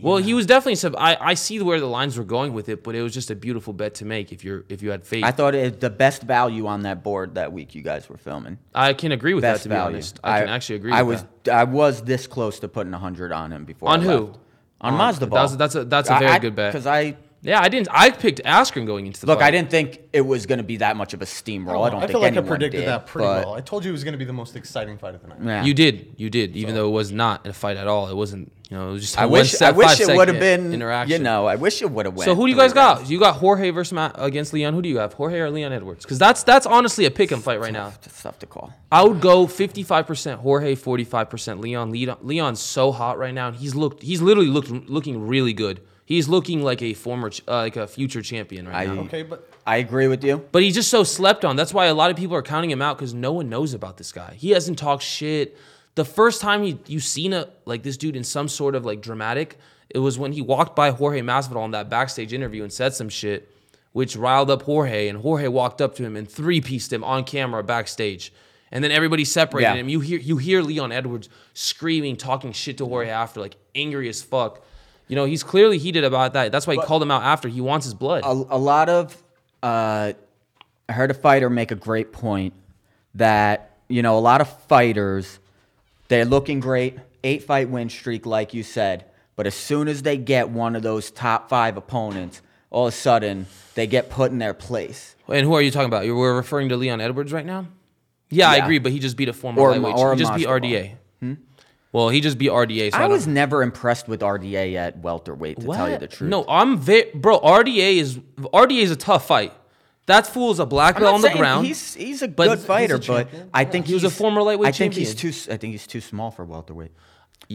[SPEAKER 1] Well, he was definitely. Sub- I I see where the lines were going with it, but it was just a beautiful bet to make if you're if you had faith.
[SPEAKER 3] I
[SPEAKER 1] I,
[SPEAKER 3] thought it the best value on that board that week. You guys were filming.
[SPEAKER 1] can agree with that to be
[SPEAKER 3] value.
[SPEAKER 1] honest. I, can actually agree.
[SPEAKER 3] I
[SPEAKER 1] with
[SPEAKER 3] was
[SPEAKER 1] that.
[SPEAKER 3] I was this close to putting hundred on him before.
[SPEAKER 1] On
[SPEAKER 3] I
[SPEAKER 1] who?
[SPEAKER 3] left. On,
[SPEAKER 1] On-
[SPEAKER 3] Mazda
[SPEAKER 1] that's- that's a- that's a very good bet.
[SPEAKER 3] Because I
[SPEAKER 1] Yeah, I didn't. I picked Askren going into the
[SPEAKER 3] look,
[SPEAKER 1] fight.
[SPEAKER 3] I didn't think it was going to be that much of a steamroll. I don't.
[SPEAKER 2] Oh, I
[SPEAKER 3] think
[SPEAKER 2] feel like I
[SPEAKER 3] anyone
[SPEAKER 2] predicted
[SPEAKER 3] did,
[SPEAKER 2] that pretty
[SPEAKER 3] but-
[SPEAKER 2] well. I told you it was going to be the most exciting fight of the night.
[SPEAKER 3] Yeah.
[SPEAKER 1] You did. You did. Even though it was not a fight at all. It wasn't. You know, it was just. I
[SPEAKER 3] I wish. I wish it would have been. You know. I wish it would have went.
[SPEAKER 1] So who do you
[SPEAKER 3] three
[SPEAKER 1] guys got?
[SPEAKER 3] rounds.
[SPEAKER 1] You got Jorge versus Matt against Leon. Who do you have? Jorge or Leon Edwards? Because that's that's honestly a pick 'em fight right now.
[SPEAKER 3] It's tough to call.
[SPEAKER 1] I would go 55% Jorge, 45% Leon. Leon. Leon's so hot right now, and he's looked. He's literally looked looking really good. He's looking like a former, ch- uh, like a future champion right now.
[SPEAKER 3] I-
[SPEAKER 2] Okay, but
[SPEAKER 3] I agree with you.
[SPEAKER 1] But he's just so slept on. That's why a lot of people are counting him out because no one knows about this guy. He hasn't talked shit. The first time you you seen a like this dude in some sort of like dramatic, it was when he walked by Jorge Masvidal in that backstage interview and said some shit, which riled up Jorge. And Jorge walked up to him and three pieced him on camera backstage. And then everybody separated
[SPEAKER 3] Yeah.
[SPEAKER 1] him. You hear you hear Leon Edwards screaming, talking shit to Jorge after, like angry as fuck. You know he's clearly heated about that. That's why he called him out after. He wants his blood.
[SPEAKER 3] a, a lot of uh, I heard a fighter make a great point that you know a lot of fighters they're looking great, eight fight win streak like you said, but as soon as they get one of those top five opponents, all of a sudden they get put in their place.
[SPEAKER 1] And who are you talking about? You were referring to Leon Edwards right now? Yeah, I
[SPEAKER 3] Yeah.
[SPEAKER 1] agree, but he just beat a former
[SPEAKER 3] Or Ma-
[SPEAKER 1] lightweight.
[SPEAKER 3] or
[SPEAKER 1] he just beat
[SPEAKER 3] Masvidal.
[SPEAKER 1] RDA. Well, he just beat RDA. So I,
[SPEAKER 3] I
[SPEAKER 1] don't-
[SPEAKER 3] was never impressed with RDA at welterweight to tell you the
[SPEAKER 1] What?
[SPEAKER 3] truth.
[SPEAKER 1] No, I'm ve- bro. RDA is RDA is a tough fight. That fool's a black
[SPEAKER 3] I'm
[SPEAKER 1] belt
[SPEAKER 3] not
[SPEAKER 1] on the
[SPEAKER 3] saying
[SPEAKER 1] ground.
[SPEAKER 3] He's he's a
[SPEAKER 1] but
[SPEAKER 3] good
[SPEAKER 1] he's a
[SPEAKER 3] fighter, but
[SPEAKER 1] champion.
[SPEAKER 3] I think
[SPEAKER 1] He was a
[SPEAKER 3] he's-
[SPEAKER 1] former lightweight
[SPEAKER 3] I think he's too.
[SPEAKER 1] champion.
[SPEAKER 3] s- I think he's too small for welterweight.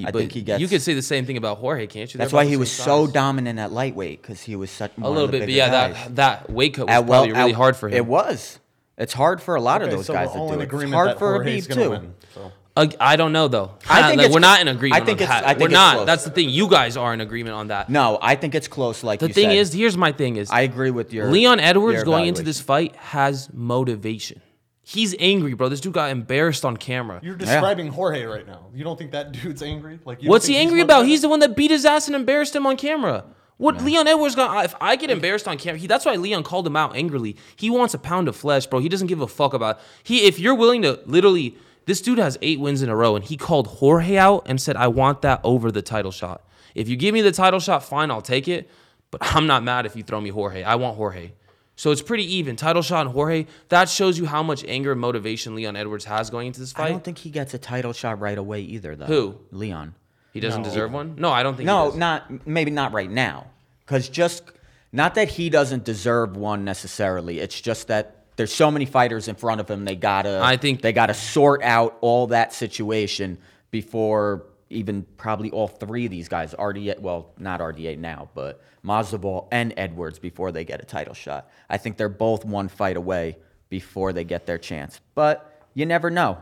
[SPEAKER 3] I
[SPEAKER 1] but
[SPEAKER 3] think he gets.
[SPEAKER 1] You could say the same thing about Jorge, can't you? They're
[SPEAKER 3] That's why
[SPEAKER 1] about
[SPEAKER 3] he
[SPEAKER 1] the
[SPEAKER 3] was
[SPEAKER 1] same
[SPEAKER 3] so
[SPEAKER 1] size.
[SPEAKER 3] dominant at lightweight because he was such
[SPEAKER 1] A little bit, but yeah, that that weight cut was
[SPEAKER 3] at well,
[SPEAKER 1] probably really
[SPEAKER 3] at-
[SPEAKER 1] hard for him.
[SPEAKER 3] It was. It's hard for a lot of
[SPEAKER 2] okay,
[SPEAKER 3] those
[SPEAKER 2] so
[SPEAKER 3] guys
[SPEAKER 2] we're all
[SPEAKER 3] to do
[SPEAKER 2] in
[SPEAKER 3] it.
[SPEAKER 2] agreement
[SPEAKER 3] it's hard
[SPEAKER 2] that
[SPEAKER 3] for
[SPEAKER 2] Jorge's
[SPEAKER 3] Habib
[SPEAKER 2] gonna
[SPEAKER 3] too.
[SPEAKER 2] win. So
[SPEAKER 1] Ag- I don't know though.
[SPEAKER 3] I
[SPEAKER 1] Kinda
[SPEAKER 3] think
[SPEAKER 1] like,
[SPEAKER 3] it's
[SPEAKER 1] we're
[SPEAKER 3] cl-
[SPEAKER 1] not in agreement.
[SPEAKER 3] I think
[SPEAKER 1] on
[SPEAKER 3] it's-
[SPEAKER 1] that.
[SPEAKER 3] I think
[SPEAKER 1] we're
[SPEAKER 3] it's
[SPEAKER 1] not.
[SPEAKER 3] close.
[SPEAKER 1] That's the thing. You guys are in agreement on that.
[SPEAKER 3] No, I think it's close. Like
[SPEAKER 1] The
[SPEAKER 3] you
[SPEAKER 1] thing
[SPEAKER 3] said.
[SPEAKER 1] is, here's my thing is
[SPEAKER 3] I agree with your
[SPEAKER 1] Leon Edwards
[SPEAKER 3] your
[SPEAKER 1] going into
[SPEAKER 3] evaluation.
[SPEAKER 1] this fight has motivation. He's angry, bro. This dude got embarrassed on camera.
[SPEAKER 2] you're describing Jorge right now. You don't think that dude's angry? Like, you don't
[SPEAKER 1] What's
[SPEAKER 2] think
[SPEAKER 1] he
[SPEAKER 2] he's
[SPEAKER 1] angry
[SPEAKER 2] motivated?
[SPEAKER 1] about? He's the one that beat his ass and embarrassed him on camera. What Leon Edwards got? If I get embarrassed on camera, he, that's why Leon called him out angrily. He wants a pound of flesh, bro. He doesn't give a fuck about he. If you're willing to literally, this dude has eight wins in a row, and he called Jorge out and said, "I want that over the title shot. If you give me the title shot, fine, I'll take it. But I'm not mad if you throw me Jorge. I want Jorge." So it's pretty even. Title shot and Jorge. That shows you how much anger and motivation Leon Edwards has going into this
[SPEAKER 3] I
[SPEAKER 1] fight.
[SPEAKER 3] don't think he gets a title shot right away either, though.
[SPEAKER 1] Who?
[SPEAKER 3] Leon.
[SPEAKER 1] he doesn't deserve one. No, I don't think. he
[SPEAKER 3] No,
[SPEAKER 1] does.
[SPEAKER 3] not maybe not right now. Cause just not that he doesn't deserve one necessarily. It's just that there's so many fighters in front of him. They gotta.
[SPEAKER 1] I think-
[SPEAKER 3] they gotta sort out all that situation before even probably all three of these guys RDA. Well, not RDA now, but Mazdaval and Edwards before they get a title shot. I think they're both one fight away before they get their chance. But you never know.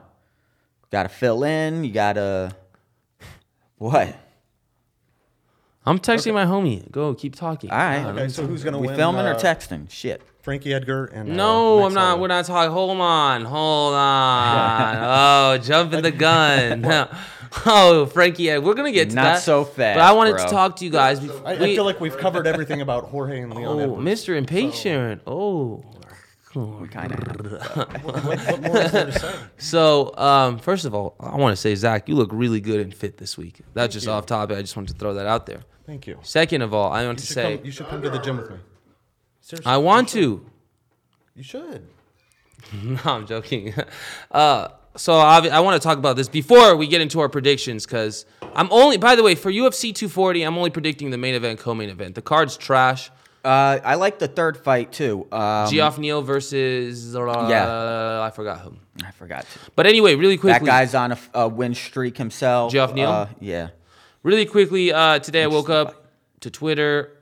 [SPEAKER 3] Got to fill in. You got to what?
[SPEAKER 1] I'm texting my homie. Go, keep talking. Uh,
[SPEAKER 3] All right.
[SPEAKER 2] Okay, so who's gonna
[SPEAKER 3] we
[SPEAKER 2] win?
[SPEAKER 3] filming or
[SPEAKER 2] uh,
[SPEAKER 3] texting? Shit.
[SPEAKER 2] Frankie Edgar and uh,
[SPEAKER 1] No,
[SPEAKER 2] Max
[SPEAKER 1] I'm not.
[SPEAKER 2] Holloway?
[SPEAKER 1] We're not talking. Hold on. Hold on. oh, jumping the gun. oh, Frankie, yeah, we're going to get to
[SPEAKER 3] Not
[SPEAKER 1] that.
[SPEAKER 3] so fast,
[SPEAKER 1] But I wanted
[SPEAKER 3] bro.
[SPEAKER 1] to talk to you guys. bef-
[SPEAKER 2] I, I
[SPEAKER 1] we-
[SPEAKER 2] feel like we've covered everything about Jorge and Leon.
[SPEAKER 1] oh,
[SPEAKER 2] Edwards.
[SPEAKER 1] Mr. Impatient. Oh.
[SPEAKER 3] We kind of.
[SPEAKER 2] What, what more is there to say?
[SPEAKER 1] So, um, first of all, I want to say, Zach, you look really good and fit this week. That's just off topic. I just wanted to throw that out there.
[SPEAKER 2] Thank you.
[SPEAKER 1] Second of all, I want to
[SPEAKER 2] You should,
[SPEAKER 1] say,
[SPEAKER 2] come, you should come to the gym with me. Seriously,
[SPEAKER 1] I want to.
[SPEAKER 2] You should.
[SPEAKER 1] No, I'm joking. Uh, so I, I want to talk about this before we get into our predictions because I'm only, by the way, for UFC 240, I'm only predicting the main event, co-main event. The card's trash.
[SPEAKER 3] Uh, I like the third fight too. Um,
[SPEAKER 1] Geoff Neal versus, uh,
[SPEAKER 3] Yeah.
[SPEAKER 1] I forgot who.
[SPEAKER 3] I forgot. To.
[SPEAKER 1] But anyway, really quickly,
[SPEAKER 3] That guy's on a, f- a win streak himself.
[SPEAKER 1] Geoff Neal?
[SPEAKER 3] Uh, yeah.
[SPEAKER 1] really quickly, uh, today I woke up to Twitter.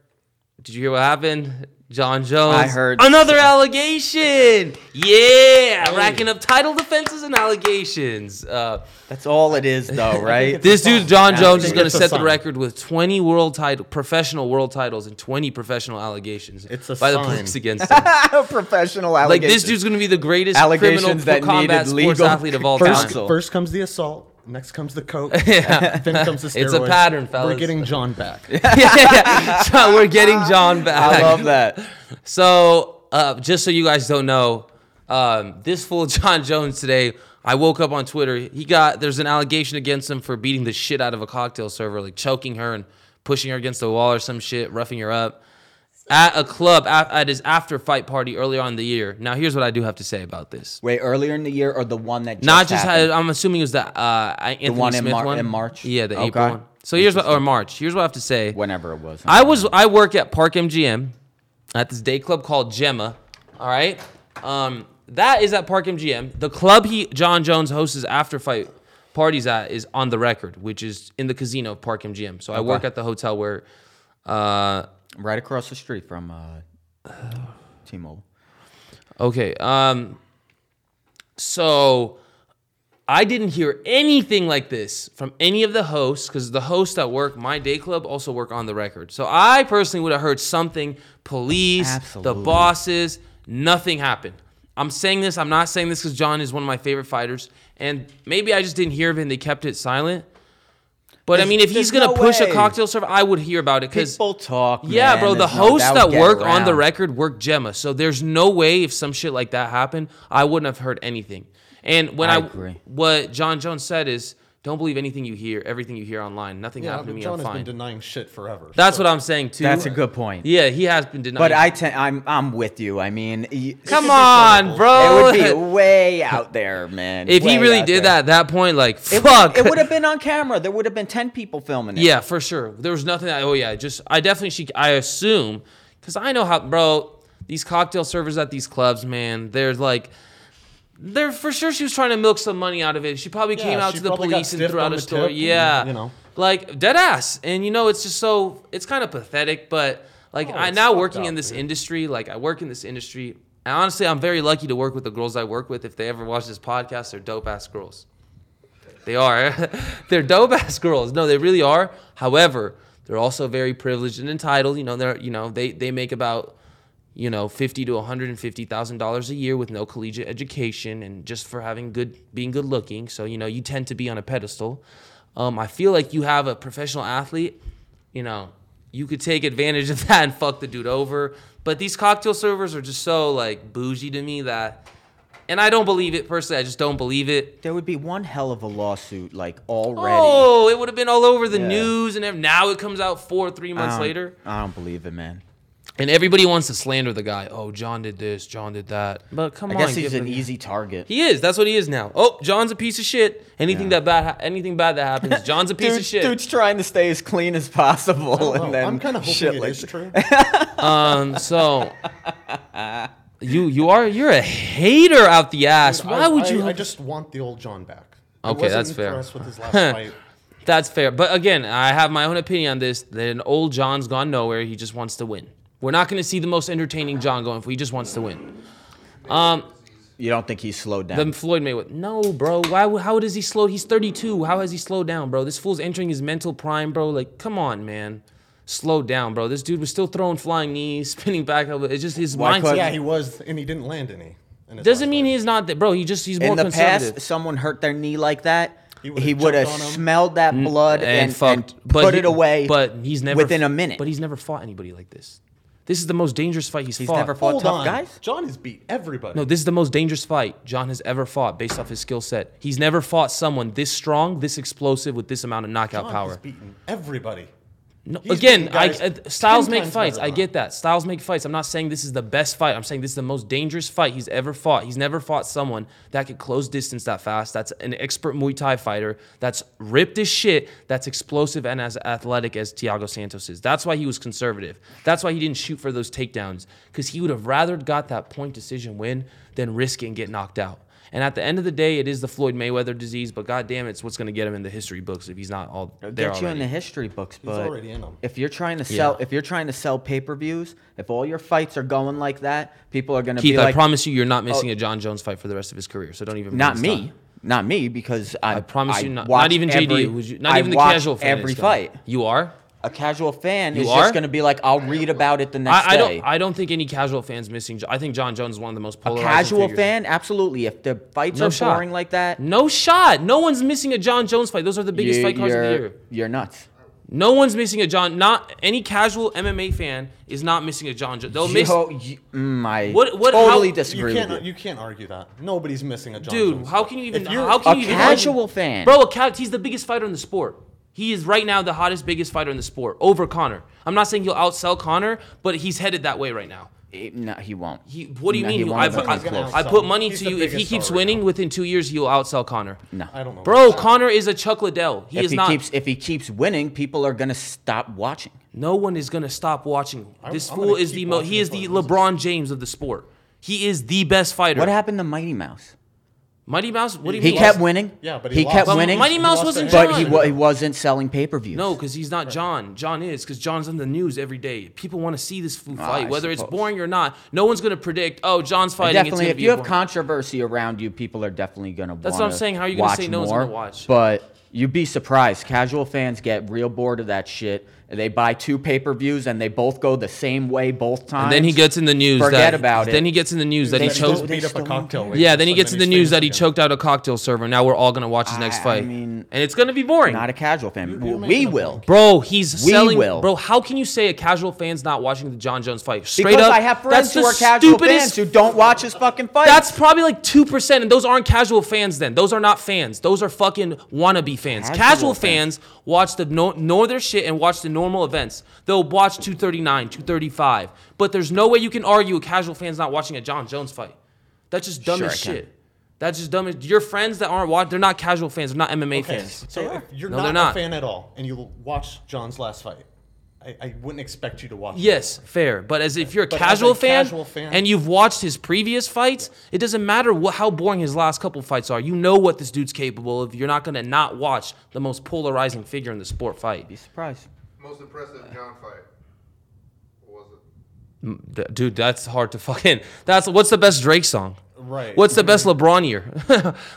[SPEAKER 1] Did you hear what happened? John Jones.
[SPEAKER 3] I heard-
[SPEAKER 1] another allegation. Yeah, racking up title defenses and allegations. Uh,
[SPEAKER 3] That's all it is, though, right?
[SPEAKER 1] This dude, John
[SPEAKER 3] I
[SPEAKER 1] Jones, is
[SPEAKER 3] think
[SPEAKER 1] going to
[SPEAKER 2] it's a
[SPEAKER 1] set the
[SPEAKER 2] sign.
[SPEAKER 1] record with 20 world title, professional world titles and 20 professional allegations
[SPEAKER 2] It's a
[SPEAKER 1] by the
[SPEAKER 2] sign.
[SPEAKER 1] police against him.
[SPEAKER 3] professional
[SPEAKER 1] like
[SPEAKER 3] allegations.
[SPEAKER 1] this dude's going to be the greatest criminal
[SPEAKER 3] Allegations that
[SPEAKER 1] combat
[SPEAKER 3] needed
[SPEAKER 1] sports
[SPEAKER 3] legal
[SPEAKER 1] athlete of all
[SPEAKER 2] First,
[SPEAKER 1] time.
[SPEAKER 3] counsel.
[SPEAKER 2] first comes the assault. Next comes the coke.
[SPEAKER 1] Yeah.
[SPEAKER 2] Then comes the steroids.
[SPEAKER 1] It's a pattern,
[SPEAKER 2] We're
[SPEAKER 1] fellas.
[SPEAKER 2] getting John back.
[SPEAKER 1] yeah, yeah. So we're getting John back.
[SPEAKER 3] I love that.
[SPEAKER 1] So, uh, just so you guys don't know, um, this fool John Jones today, I woke up on Twitter. He got there's an allegation against him for beating the shit out of a cocktail server, like choking her and pushing her against the wall or some shit, roughing her up at a club at, at his after fight party earlier on in the year. Now, here's what I do have to say about this.
[SPEAKER 3] Wait, earlier in the year or the one that just
[SPEAKER 1] Not just
[SPEAKER 3] happened?
[SPEAKER 1] I'm assuming it was the uh, Anthony
[SPEAKER 3] one in
[SPEAKER 1] Smith
[SPEAKER 3] Mar-
[SPEAKER 1] one
[SPEAKER 3] in March?
[SPEAKER 1] Yeah, the
[SPEAKER 3] Okay.
[SPEAKER 1] April one. So here's what or March. Here's what I have to say.
[SPEAKER 3] whenever it was.
[SPEAKER 1] I was I work at Park MGM at this day club called Gemma. All right. Um, that is at Park MGM. The club he John Jones hosts his after fight parties at is on the record, which is in the casino of Park MGM. So I work at the hotel where uh
[SPEAKER 3] right across the street from uh, T-Mobile.
[SPEAKER 1] Okay. Um. So, I didn't hear anything like this from any of the hosts because the hosts at work, my day club, also work on the record. So I personally would have heard something. Police,
[SPEAKER 3] Absolutely.
[SPEAKER 1] the bosses, nothing happened. I'm saying this. I'm not saying this because John is one of my favorite fighters, and maybe I just didn't hear of it. and They kept it silent. But I
[SPEAKER 3] There's-
[SPEAKER 1] mean, if he's
[SPEAKER 3] there's
[SPEAKER 1] gonna
[SPEAKER 3] no
[SPEAKER 1] push
[SPEAKER 3] way.
[SPEAKER 1] a cocktail server, I would hear about it because
[SPEAKER 3] People talk.
[SPEAKER 1] yeah,
[SPEAKER 3] man.
[SPEAKER 1] bro. The
[SPEAKER 3] There's no-
[SPEAKER 1] hosts
[SPEAKER 3] would
[SPEAKER 1] that
[SPEAKER 3] get
[SPEAKER 1] work on the
[SPEAKER 3] around.
[SPEAKER 1] record work Gemma. So there's no way if some shit like that happened, I wouldn't have heard anything. And when
[SPEAKER 3] I
[SPEAKER 1] I,
[SPEAKER 3] agree.
[SPEAKER 1] what John Jones said is, don't believe anything you hear, everything you hear online. Nothing
[SPEAKER 2] Yeah,
[SPEAKER 1] happened to
[SPEAKER 2] but
[SPEAKER 1] me.
[SPEAKER 2] John
[SPEAKER 1] I'm
[SPEAKER 2] has been
[SPEAKER 1] fine.
[SPEAKER 2] denying shit forever.
[SPEAKER 1] That's what I'm saying too.
[SPEAKER 3] That's a good point.
[SPEAKER 1] Yeah, he has been denying.
[SPEAKER 3] But I, te- I'm, I'm with you. I mean, y-
[SPEAKER 1] come on, bro.
[SPEAKER 3] it would be way out there, man.
[SPEAKER 1] Oh. if he
[SPEAKER 3] Way
[SPEAKER 1] really
[SPEAKER 3] out
[SPEAKER 1] did that
[SPEAKER 3] there.
[SPEAKER 1] at that point, like
[SPEAKER 3] It would-
[SPEAKER 1] fuck,
[SPEAKER 3] it would have been on camera. There would have been ten people filming it.
[SPEAKER 1] Yeah, for sure. There was nothing. That, oh yeah, just I definitely she. I assume because I know how, bro. These cocktail servers at these clubs, man. They're like, they're for sure. She was trying to milk some money out of it. She probably came
[SPEAKER 2] Yeah,
[SPEAKER 1] out
[SPEAKER 2] she
[SPEAKER 1] to the
[SPEAKER 2] probably got
[SPEAKER 1] police and
[SPEAKER 2] stiffed
[SPEAKER 1] threw out
[SPEAKER 2] on
[SPEAKER 1] a
[SPEAKER 2] the
[SPEAKER 1] story.
[SPEAKER 2] tip and,
[SPEAKER 1] yeah,
[SPEAKER 2] you know.
[SPEAKER 1] like dead ass. And you know, it's just so it's kind of pathetic. But like, I
[SPEAKER 2] Oh, it's
[SPEAKER 1] now
[SPEAKER 2] fucked
[SPEAKER 1] working
[SPEAKER 2] up,
[SPEAKER 1] in this
[SPEAKER 2] dude.
[SPEAKER 1] industry, like I work in this industry. And honestly, I'm very lucky to work with the girls I work with. If they ever watch this podcast, they're dope ass girls. They are. they're dope ass girls. No, they really are. However, they're also very privileged and entitled. You know, they're you know they they make about you know fifty to one hundred and fifty thousand dollars a year with no collegiate education and just for having good being good looking. So you know you tend to be on a pedestal. Um, I feel like you have a professional athlete. You know, you could take advantage of that and fuck the dude over. But these cocktail servers are just so like bougie to me that, and I don't believe it personally. I just don't believe it.
[SPEAKER 3] There would be one hell of a lawsuit, like already.
[SPEAKER 1] Oh, it would have been all over the
[SPEAKER 3] Yeah. Um,
[SPEAKER 1] news, and ev- now it comes out four, three
[SPEAKER 3] I
[SPEAKER 1] months
[SPEAKER 3] don't-
[SPEAKER 1] later,
[SPEAKER 3] I don't believe it, man.
[SPEAKER 1] and everybody wants to slander the guy. Oh, John did this, John did that. But come
[SPEAKER 3] I
[SPEAKER 1] on,
[SPEAKER 3] guess he's
[SPEAKER 1] give
[SPEAKER 3] an e-,
[SPEAKER 1] him-
[SPEAKER 3] easy target.
[SPEAKER 1] He is. That's what he is now. Oh, John's a piece of shit. Anything
[SPEAKER 3] Yeah.
[SPEAKER 1] that bad, ha- anything bad that happens, John's a piece
[SPEAKER 3] Dude-
[SPEAKER 1] of shit. Oh,
[SPEAKER 3] Dude's trying to stay as clean as possible,
[SPEAKER 2] I don't know.
[SPEAKER 3] and then
[SPEAKER 2] I'm kind of hoping
[SPEAKER 3] shit
[SPEAKER 2] it is
[SPEAKER 3] like
[SPEAKER 2] true.
[SPEAKER 1] Um, so you you are you're a hater out the ass. Why
[SPEAKER 2] I,
[SPEAKER 1] would
[SPEAKER 2] I-
[SPEAKER 1] you?
[SPEAKER 2] I, just want the old John back. I
[SPEAKER 1] Okay,
[SPEAKER 2] wasn't
[SPEAKER 1] that's fair.
[SPEAKER 2] impressed With his last fight.
[SPEAKER 1] That's fair. But again, I have my own opinion on this. That an old John's gone nowhere. He just wants to win. We're not going to see the most entertaining John going for. He just wants to win. Um,
[SPEAKER 3] You don't think he's slowed down?
[SPEAKER 1] The Floyd Mayweather. No, bro. Why? would- How does he slow? He's 32. How has he slowed down, bro? This fool's entering his mental prime, bro. Like, come on, man. Slow down, bro. This dude was still throwing flying knees, spinning back. elbow. It's just his
[SPEAKER 3] Why
[SPEAKER 1] mindset.
[SPEAKER 3] couldn't-
[SPEAKER 2] Yeah, he was, and he didn't land any. in his
[SPEAKER 1] Doesn't
[SPEAKER 2] last
[SPEAKER 1] mean
[SPEAKER 2] fight.
[SPEAKER 1] he's not that, bro. He just he's more
[SPEAKER 3] in the
[SPEAKER 1] conservative.
[SPEAKER 3] past, someone hurt their knee like that.
[SPEAKER 2] He would've
[SPEAKER 3] He would have
[SPEAKER 2] jumped on him.
[SPEAKER 3] smelled that blood and, and
[SPEAKER 1] Mm, fucked, but
[SPEAKER 3] put
[SPEAKER 1] he-
[SPEAKER 3] it away.
[SPEAKER 1] But he's never
[SPEAKER 3] within a minute.
[SPEAKER 1] But he's never fought anybody like this. This is the most dangerous fight he's,
[SPEAKER 3] He's
[SPEAKER 1] fought.
[SPEAKER 3] never fought.
[SPEAKER 2] Hold
[SPEAKER 3] tough
[SPEAKER 2] on.
[SPEAKER 3] guys?
[SPEAKER 2] John has beat everybody.
[SPEAKER 1] No, this is the most dangerous fight John has ever fought based off his skill set. He's never fought someone this strong, this explosive, with this amount of knockout
[SPEAKER 2] John
[SPEAKER 1] power.
[SPEAKER 2] has beaten everybody.
[SPEAKER 1] No,
[SPEAKER 2] He's
[SPEAKER 1] again,
[SPEAKER 2] beaten
[SPEAKER 1] I,
[SPEAKER 2] guys
[SPEAKER 1] uh, styles
[SPEAKER 2] 10
[SPEAKER 1] make
[SPEAKER 2] times
[SPEAKER 1] fights.
[SPEAKER 2] better
[SPEAKER 1] I
[SPEAKER 2] than
[SPEAKER 1] get that. Styles make fights. I'm not saying this is the best fight. I'm saying this is the most dangerous fight he's ever fought. He's never fought someone that could close distance that fast. That's an expert Muay Thai fighter. That's ripped as shit. That's explosive and as athletic as Thiago Santos is. That's why he was conservative. That's why he didn't shoot for those takedowns because he would have rather got that point decision win than risk it and get knocked out. And at the end of the day, it is the Floyd Mayweather disease. But goddamn, it's what's going to get him in the history books if he's not all there
[SPEAKER 3] get you
[SPEAKER 1] already.
[SPEAKER 3] in the history books, but
[SPEAKER 2] already in 'em.
[SPEAKER 3] if you're trying to sell, if you're trying to sell pay-per-views, if all your fights are going like that, people are gonna
[SPEAKER 1] Keith,
[SPEAKER 3] be like, oh,
[SPEAKER 1] I promise you, you're not missing a John Jones fight for the rest of his career. So don't even.
[SPEAKER 3] not
[SPEAKER 1] bring this
[SPEAKER 3] me,
[SPEAKER 1] up.
[SPEAKER 3] not me, because I,
[SPEAKER 1] I promise you, not, not
[SPEAKER 3] watch
[SPEAKER 1] even JD.
[SPEAKER 3] every-
[SPEAKER 1] would you, not
[SPEAKER 3] I
[SPEAKER 1] even the
[SPEAKER 3] watch
[SPEAKER 1] casual fan. is
[SPEAKER 3] every
[SPEAKER 1] gonna-
[SPEAKER 3] fight.
[SPEAKER 1] You are.
[SPEAKER 3] A casual fan is
[SPEAKER 1] are?
[SPEAKER 3] just gonna be like, I'll read about it the next
[SPEAKER 1] I, I
[SPEAKER 3] day.
[SPEAKER 1] don't. I don't think any casual fans missing. Jo- I think John Jones is one of the most
[SPEAKER 3] A
[SPEAKER 1] polarizing.
[SPEAKER 3] casual
[SPEAKER 1] figures.
[SPEAKER 3] fan, absolutely. If the fights
[SPEAKER 1] No
[SPEAKER 3] are
[SPEAKER 1] shot.
[SPEAKER 3] boring like that,
[SPEAKER 1] No shot. No one's missing a John Jones fight. Those are the biggest
[SPEAKER 3] you,
[SPEAKER 1] fight cards of the
[SPEAKER 3] you're,
[SPEAKER 1] year.
[SPEAKER 3] you're nuts.
[SPEAKER 1] No one's missing a John. Not any casual MMA fan is not missing a John Jones. They'll miss.
[SPEAKER 3] Yo, you- mm, I
[SPEAKER 1] What- what-
[SPEAKER 3] totally
[SPEAKER 1] how-
[SPEAKER 3] disagree
[SPEAKER 2] You
[SPEAKER 3] with you.
[SPEAKER 2] can't, you can't argue that. Nobody's missing a John
[SPEAKER 1] Dude,
[SPEAKER 2] Jones
[SPEAKER 1] how
[SPEAKER 2] fight.
[SPEAKER 1] can you even?
[SPEAKER 2] If you're-
[SPEAKER 1] How can
[SPEAKER 3] a
[SPEAKER 1] you even?
[SPEAKER 3] casual fan.
[SPEAKER 1] bro. A cat, he's the biggest fighter in the sport. He is right now the hottest, biggest fighter in the sport over Connor. I'm not saying he'll outsell Connor, but he's headed that way right now.
[SPEAKER 3] Eh, no, he won't.
[SPEAKER 1] He, what do you
[SPEAKER 3] No, he
[SPEAKER 1] mean?
[SPEAKER 3] won't.
[SPEAKER 1] I,
[SPEAKER 3] That's
[SPEAKER 1] I,
[SPEAKER 2] not close.
[SPEAKER 1] I put money
[SPEAKER 2] He's
[SPEAKER 1] to
[SPEAKER 2] the
[SPEAKER 1] you. If he
[SPEAKER 2] biggest
[SPEAKER 1] keeps
[SPEAKER 2] star right
[SPEAKER 1] winning
[SPEAKER 2] now.
[SPEAKER 1] within two years, he'll outsell Connor.
[SPEAKER 3] no.
[SPEAKER 2] I don't know.
[SPEAKER 1] Bro, Connor is a Chuck Liddell. He
[SPEAKER 3] if
[SPEAKER 1] is
[SPEAKER 3] he
[SPEAKER 1] not.
[SPEAKER 3] keeps if he keeps winning, people are gonna stop watching.
[SPEAKER 1] no one is gonna stop watching. This
[SPEAKER 2] I'm
[SPEAKER 1] fool
[SPEAKER 2] gonna
[SPEAKER 1] is
[SPEAKER 2] keep
[SPEAKER 1] the mo-
[SPEAKER 2] watching
[SPEAKER 1] He is
[SPEAKER 2] until
[SPEAKER 1] the
[SPEAKER 2] he loses.
[SPEAKER 1] LeBron James of the sport. He is the best fighter.
[SPEAKER 3] What happened to Mighty Mouse?
[SPEAKER 1] Mighty Mouse? What do you
[SPEAKER 3] He
[SPEAKER 1] mean?
[SPEAKER 3] kept winning.
[SPEAKER 2] Yeah, but
[SPEAKER 3] he,
[SPEAKER 2] he lost.
[SPEAKER 3] kept
[SPEAKER 2] But
[SPEAKER 3] winning.
[SPEAKER 1] Mighty Mouse
[SPEAKER 2] lost
[SPEAKER 1] wasn't
[SPEAKER 2] to him.
[SPEAKER 1] John.
[SPEAKER 3] but he, wa- he wasn't selling pay per views.
[SPEAKER 1] No, because he's not John. John is because John's on the news every day. People want to see this food fight,
[SPEAKER 3] I
[SPEAKER 1] whether it's
[SPEAKER 3] suppose.
[SPEAKER 1] boring or not. No one's gonna predict. Oh, John's fighting. it's
[SPEAKER 3] definitely.
[SPEAKER 1] gonna
[SPEAKER 3] If
[SPEAKER 1] be
[SPEAKER 3] you have
[SPEAKER 1] boring."
[SPEAKER 3] controversy around you, people are definitely gonna.
[SPEAKER 1] That's what I'm
[SPEAKER 3] wanna
[SPEAKER 1] saying. How are you gonna
[SPEAKER 3] watch
[SPEAKER 1] say no one's
[SPEAKER 3] more,
[SPEAKER 1] gonna watch?
[SPEAKER 3] But you'd be surprised. Casual fans get real bored of that shit. and They buy two pay per views and they both go the same way both times.
[SPEAKER 1] And then he gets in the news.
[SPEAKER 3] Forget
[SPEAKER 1] that,
[SPEAKER 3] about it.
[SPEAKER 1] Then he gets in the news that he
[SPEAKER 3] They
[SPEAKER 1] chose.
[SPEAKER 3] don't-
[SPEAKER 2] just beat up a cocktail waitress
[SPEAKER 1] Yeah, then he
[SPEAKER 2] and
[SPEAKER 1] gets in the
[SPEAKER 2] he's
[SPEAKER 1] news
[SPEAKER 2] famous
[SPEAKER 1] that he
[SPEAKER 2] again.
[SPEAKER 1] choked out a cocktail server. Now we're all gonna watch his next
[SPEAKER 3] I- I
[SPEAKER 1] fight.
[SPEAKER 3] mean-
[SPEAKER 1] and it's gonna be boring.
[SPEAKER 3] not a casual fan.
[SPEAKER 2] you're
[SPEAKER 3] we
[SPEAKER 2] making a
[SPEAKER 3] will.
[SPEAKER 1] Bro, he's
[SPEAKER 3] We
[SPEAKER 1] selling.
[SPEAKER 3] will.
[SPEAKER 1] Bro, how can you say a casual fan's not watching the John Jones fight? Straight
[SPEAKER 3] because
[SPEAKER 1] up,
[SPEAKER 3] I have
[SPEAKER 1] that's
[SPEAKER 3] friends who
[SPEAKER 1] the
[SPEAKER 3] are casual
[SPEAKER 1] stupidest
[SPEAKER 3] fans who don't watch his fucking fight.
[SPEAKER 1] That's probably like 2%, and those aren't casual fans then. Those are not fans. Those are fucking wannabe fans. Casual,
[SPEAKER 3] Casual
[SPEAKER 1] fans. watch the no, know their shit and watch the normal events. They'll watch 239, 235. But there's no way you can argue a casual fan's not watching a John Jones fight. That's just dumb
[SPEAKER 3] Sure
[SPEAKER 1] as
[SPEAKER 3] I can.
[SPEAKER 1] shit. That's just dumb as your friends that aren't watching, they're not casual fans, they're not MMA
[SPEAKER 2] Okay,
[SPEAKER 1] fans.
[SPEAKER 2] so if you're
[SPEAKER 1] No,
[SPEAKER 2] not,
[SPEAKER 1] they're not.
[SPEAKER 2] a fan at all, and you watch John's last fight, I, I wouldn't expect you to watch. it.
[SPEAKER 1] Yes, fair. But as if you're a,
[SPEAKER 2] But as a
[SPEAKER 1] casual, fan,
[SPEAKER 2] casual fan-
[SPEAKER 1] and you've watched his previous fights, it doesn't matter what, how boring his last couple fights are. You know what this dude's capable of. You're not going to not watch the most polarizing figure in the sport
[SPEAKER 3] be
[SPEAKER 1] fight.
[SPEAKER 3] surprised.
[SPEAKER 4] Most impressive John fight. What was it?
[SPEAKER 1] Th- Dude, that's hard to fucking. That's what's the best Drake song?
[SPEAKER 2] Right.
[SPEAKER 1] What's the best LeBron year?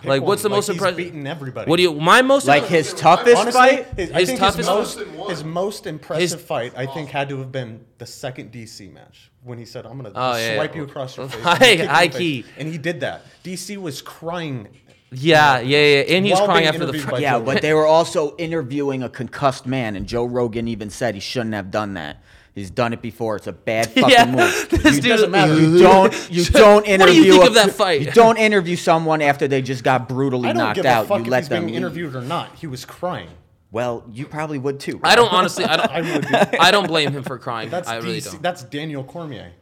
[SPEAKER 1] like,
[SPEAKER 2] one.
[SPEAKER 1] what's the
[SPEAKER 2] Like,
[SPEAKER 1] most
[SPEAKER 2] he's
[SPEAKER 1] impressive?
[SPEAKER 2] beaten everybody.
[SPEAKER 1] What do you? My most
[SPEAKER 3] Like his toughest
[SPEAKER 2] Honestly,
[SPEAKER 3] fight.
[SPEAKER 2] his, I
[SPEAKER 1] His
[SPEAKER 2] think
[SPEAKER 1] toughest-
[SPEAKER 2] his most
[SPEAKER 4] Austin won.
[SPEAKER 2] his most impressive
[SPEAKER 1] His-
[SPEAKER 2] fight, I think, had to have been the second DC match when he said, "I'm gonna
[SPEAKER 1] Oh, yeah.
[SPEAKER 2] swipe you across your face."
[SPEAKER 1] Hi-
[SPEAKER 2] and kick you in the
[SPEAKER 1] hi,
[SPEAKER 2] face."
[SPEAKER 1] Key.
[SPEAKER 2] and he did that. DC was crying.
[SPEAKER 1] yeah, yeah, yeah. And he was
[SPEAKER 2] While
[SPEAKER 1] crying
[SPEAKER 2] being
[SPEAKER 1] after the.
[SPEAKER 2] interviewed
[SPEAKER 1] fr-
[SPEAKER 2] by
[SPEAKER 1] yeah,
[SPEAKER 3] Yeah,
[SPEAKER 2] Joe
[SPEAKER 3] but they were also interviewing a concussed man, and Joe Rogan even said he shouldn't have done that. He's done it before. It's a bad fucking
[SPEAKER 1] Yeah,
[SPEAKER 3] move.
[SPEAKER 1] this
[SPEAKER 3] you,
[SPEAKER 1] dude- doesn't matter.
[SPEAKER 3] You don't. You don't
[SPEAKER 1] What do
[SPEAKER 3] interview.
[SPEAKER 1] you think
[SPEAKER 3] a-
[SPEAKER 1] of that fight?
[SPEAKER 3] You don't interview someone after they just got brutally
[SPEAKER 2] I don't
[SPEAKER 3] knocked
[SPEAKER 2] give
[SPEAKER 3] out.
[SPEAKER 2] a fuck
[SPEAKER 3] you
[SPEAKER 2] if
[SPEAKER 3] let
[SPEAKER 2] he's
[SPEAKER 3] them
[SPEAKER 2] being
[SPEAKER 3] leave.
[SPEAKER 2] interviewed or not. He was crying.
[SPEAKER 3] Well, you probably would too.
[SPEAKER 1] I don't honestly. I don't.
[SPEAKER 2] I would. Be.
[SPEAKER 1] I don't blame him for crying.
[SPEAKER 2] That's
[SPEAKER 1] I really
[SPEAKER 2] DC,
[SPEAKER 1] don't.
[SPEAKER 2] That's Daniel Cormier,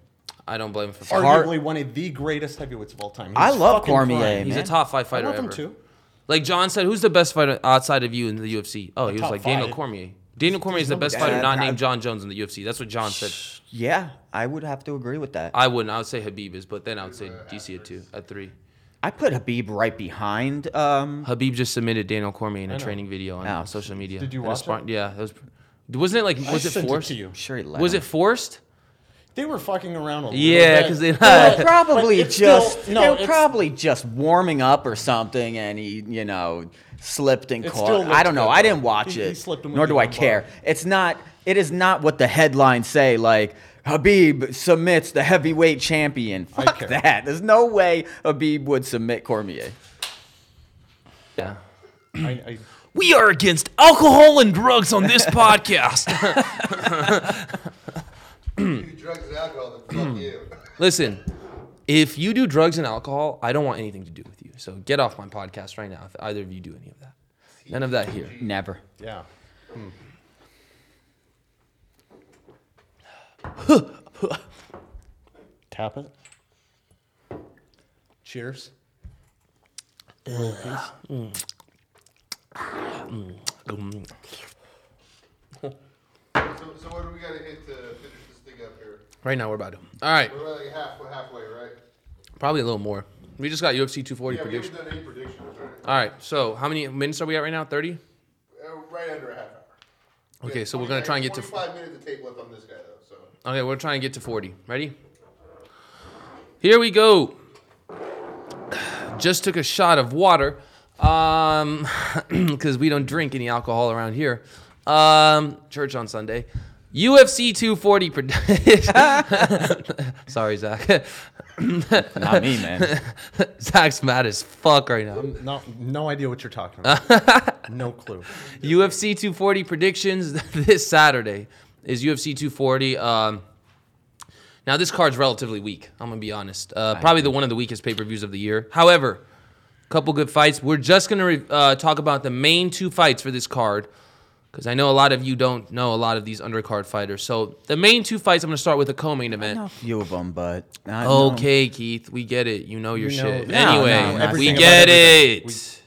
[SPEAKER 1] I don't blame him for. crying.
[SPEAKER 3] Hard-
[SPEAKER 2] arguably one of the greatest heavyweights of all time. He
[SPEAKER 3] I
[SPEAKER 2] was
[SPEAKER 3] love
[SPEAKER 2] fucking
[SPEAKER 3] Cormier,
[SPEAKER 2] crying.
[SPEAKER 1] He's a
[SPEAKER 3] man.
[SPEAKER 1] top five
[SPEAKER 2] I
[SPEAKER 1] fighter
[SPEAKER 2] love him
[SPEAKER 1] ever.
[SPEAKER 2] too.
[SPEAKER 1] Like John said, who's the best fighter outside of you in the UFC? Oh, he was
[SPEAKER 2] top
[SPEAKER 1] like Daniel
[SPEAKER 2] five.
[SPEAKER 1] Cormier. Daniel Cormier is the best
[SPEAKER 3] Yeah,
[SPEAKER 1] fighter not
[SPEAKER 3] I-
[SPEAKER 1] named John Jones in the UFC. That's what John said.
[SPEAKER 3] Yeah, I would have to agree with that.
[SPEAKER 1] I wouldn't. I would say Habib is, but then I would say DC at two, at three.
[SPEAKER 3] I put Habib right behind. Um,
[SPEAKER 1] Habib just submitted Daniel Cormier in a training video on
[SPEAKER 3] Oh.
[SPEAKER 1] uh, social media.
[SPEAKER 2] Did you
[SPEAKER 1] And a
[SPEAKER 2] watch
[SPEAKER 1] sparring- Yeah, that was. Wasn't it like? Was
[SPEAKER 2] I
[SPEAKER 1] it
[SPEAKER 2] sent
[SPEAKER 1] forced?
[SPEAKER 2] It to you.
[SPEAKER 3] I'm sure he let
[SPEAKER 1] Was
[SPEAKER 3] him.
[SPEAKER 1] it forced?
[SPEAKER 2] They were fucking around a little
[SPEAKER 1] Yeah,
[SPEAKER 2] bit.
[SPEAKER 1] because they
[SPEAKER 3] They were
[SPEAKER 1] not.
[SPEAKER 3] probably
[SPEAKER 2] But it's
[SPEAKER 3] just
[SPEAKER 2] still- no,
[SPEAKER 3] they were
[SPEAKER 2] it's-
[SPEAKER 3] probably just warming up or something, and he you know slipped and
[SPEAKER 2] It still
[SPEAKER 3] caught.
[SPEAKER 2] looks
[SPEAKER 3] I don't know.
[SPEAKER 2] good,
[SPEAKER 3] I didn't
[SPEAKER 2] though.
[SPEAKER 3] watch
[SPEAKER 2] He-
[SPEAKER 3] it,
[SPEAKER 2] he slipped and
[SPEAKER 3] nor
[SPEAKER 2] went
[SPEAKER 3] do I
[SPEAKER 2] down
[SPEAKER 3] care.
[SPEAKER 2] bottom.
[SPEAKER 3] It's not. It is not what the headlines say. Like Habib submits the heavyweight champion.
[SPEAKER 2] I
[SPEAKER 3] Fuck
[SPEAKER 2] care.
[SPEAKER 3] that. There's no way Habib would submit Cormier.
[SPEAKER 1] Yeah.
[SPEAKER 2] I, I,
[SPEAKER 1] We are against alcohol and drugs on this podcast. Hmm.
[SPEAKER 4] If you drugs and alcohol, then fuck you.
[SPEAKER 1] Listen, if you do drugs and alcohol, I don't want anything to do with you. So get off my podcast right now if either of you do any of that. None of that here.
[SPEAKER 3] Never.
[SPEAKER 2] yeah. Hmm. Tap it. Cheers.
[SPEAKER 4] So, so what do we gotta hit to finish this thing up here?
[SPEAKER 1] Right now, we're about to. All right,
[SPEAKER 4] We're like half, we're halfway, right?
[SPEAKER 1] probably a little more. We just got UFC 240
[SPEAKER 4] Yeah, we haven't
[SPEAKER 1] prediction.
[SPEAKER 4] done any predictions, right?
[SPEAKER 1] All right, so how many minutes are we at right now? 30?
[SPEAKER 4] Uh, right under a half hour. We
[SPEAKER 1] Okay,
[SPEAKER 4] have
[SPEAKER 1] so we're gonna
[SPEAKER 4] 20
[SPEAKER 1] try and get to-
[SPEAKER 4] 25 minutes of tape left on this guy, though, so.
[SPEAKER 1] Okay, we're trying to get to 40. Ready? Here we go. Just took a shot of water um, because we don't drink any alcohol around here. Um, church on Sunday. UFC 240 prediction. Sorry, Zach.
[SPEAKER 3] Not me, man.
[SPEAKER 1] Zach's mad as fuck right now.
[SPEAKER 2] No, no idea what you're talking about. no clue.
[SPEAKER 1] UFC 240 predictions this Saturday is UFC 240. Um, now this card's relatively weak. I'm gonna be honest. Uh, probably the one of the weakest pay per views of the year. However, a couple good fights. We're just gonna re- uh, talk about the main two fights for this card because I know a lot of you don't know a lot of these undercard fighters. So the main two fights. I'm gonna start with a co-main event.
[SPEAKER 3] A few of them, but I don't know.
[SPEAKER 1] Okay, Keith, we get it. You know your
[SPEAKER 2] You know-
[SPEAKER 1] shit.
[SPEAKER 2] No,
[SPEAKER 1] anyway,
[SPEAKER 3] no,
[SPEAKER 1] we
[SPEAKER 3] everything
[SPEAKER 1] get
[SPEAKER 2] about everything.
[SPEAKER 1] it.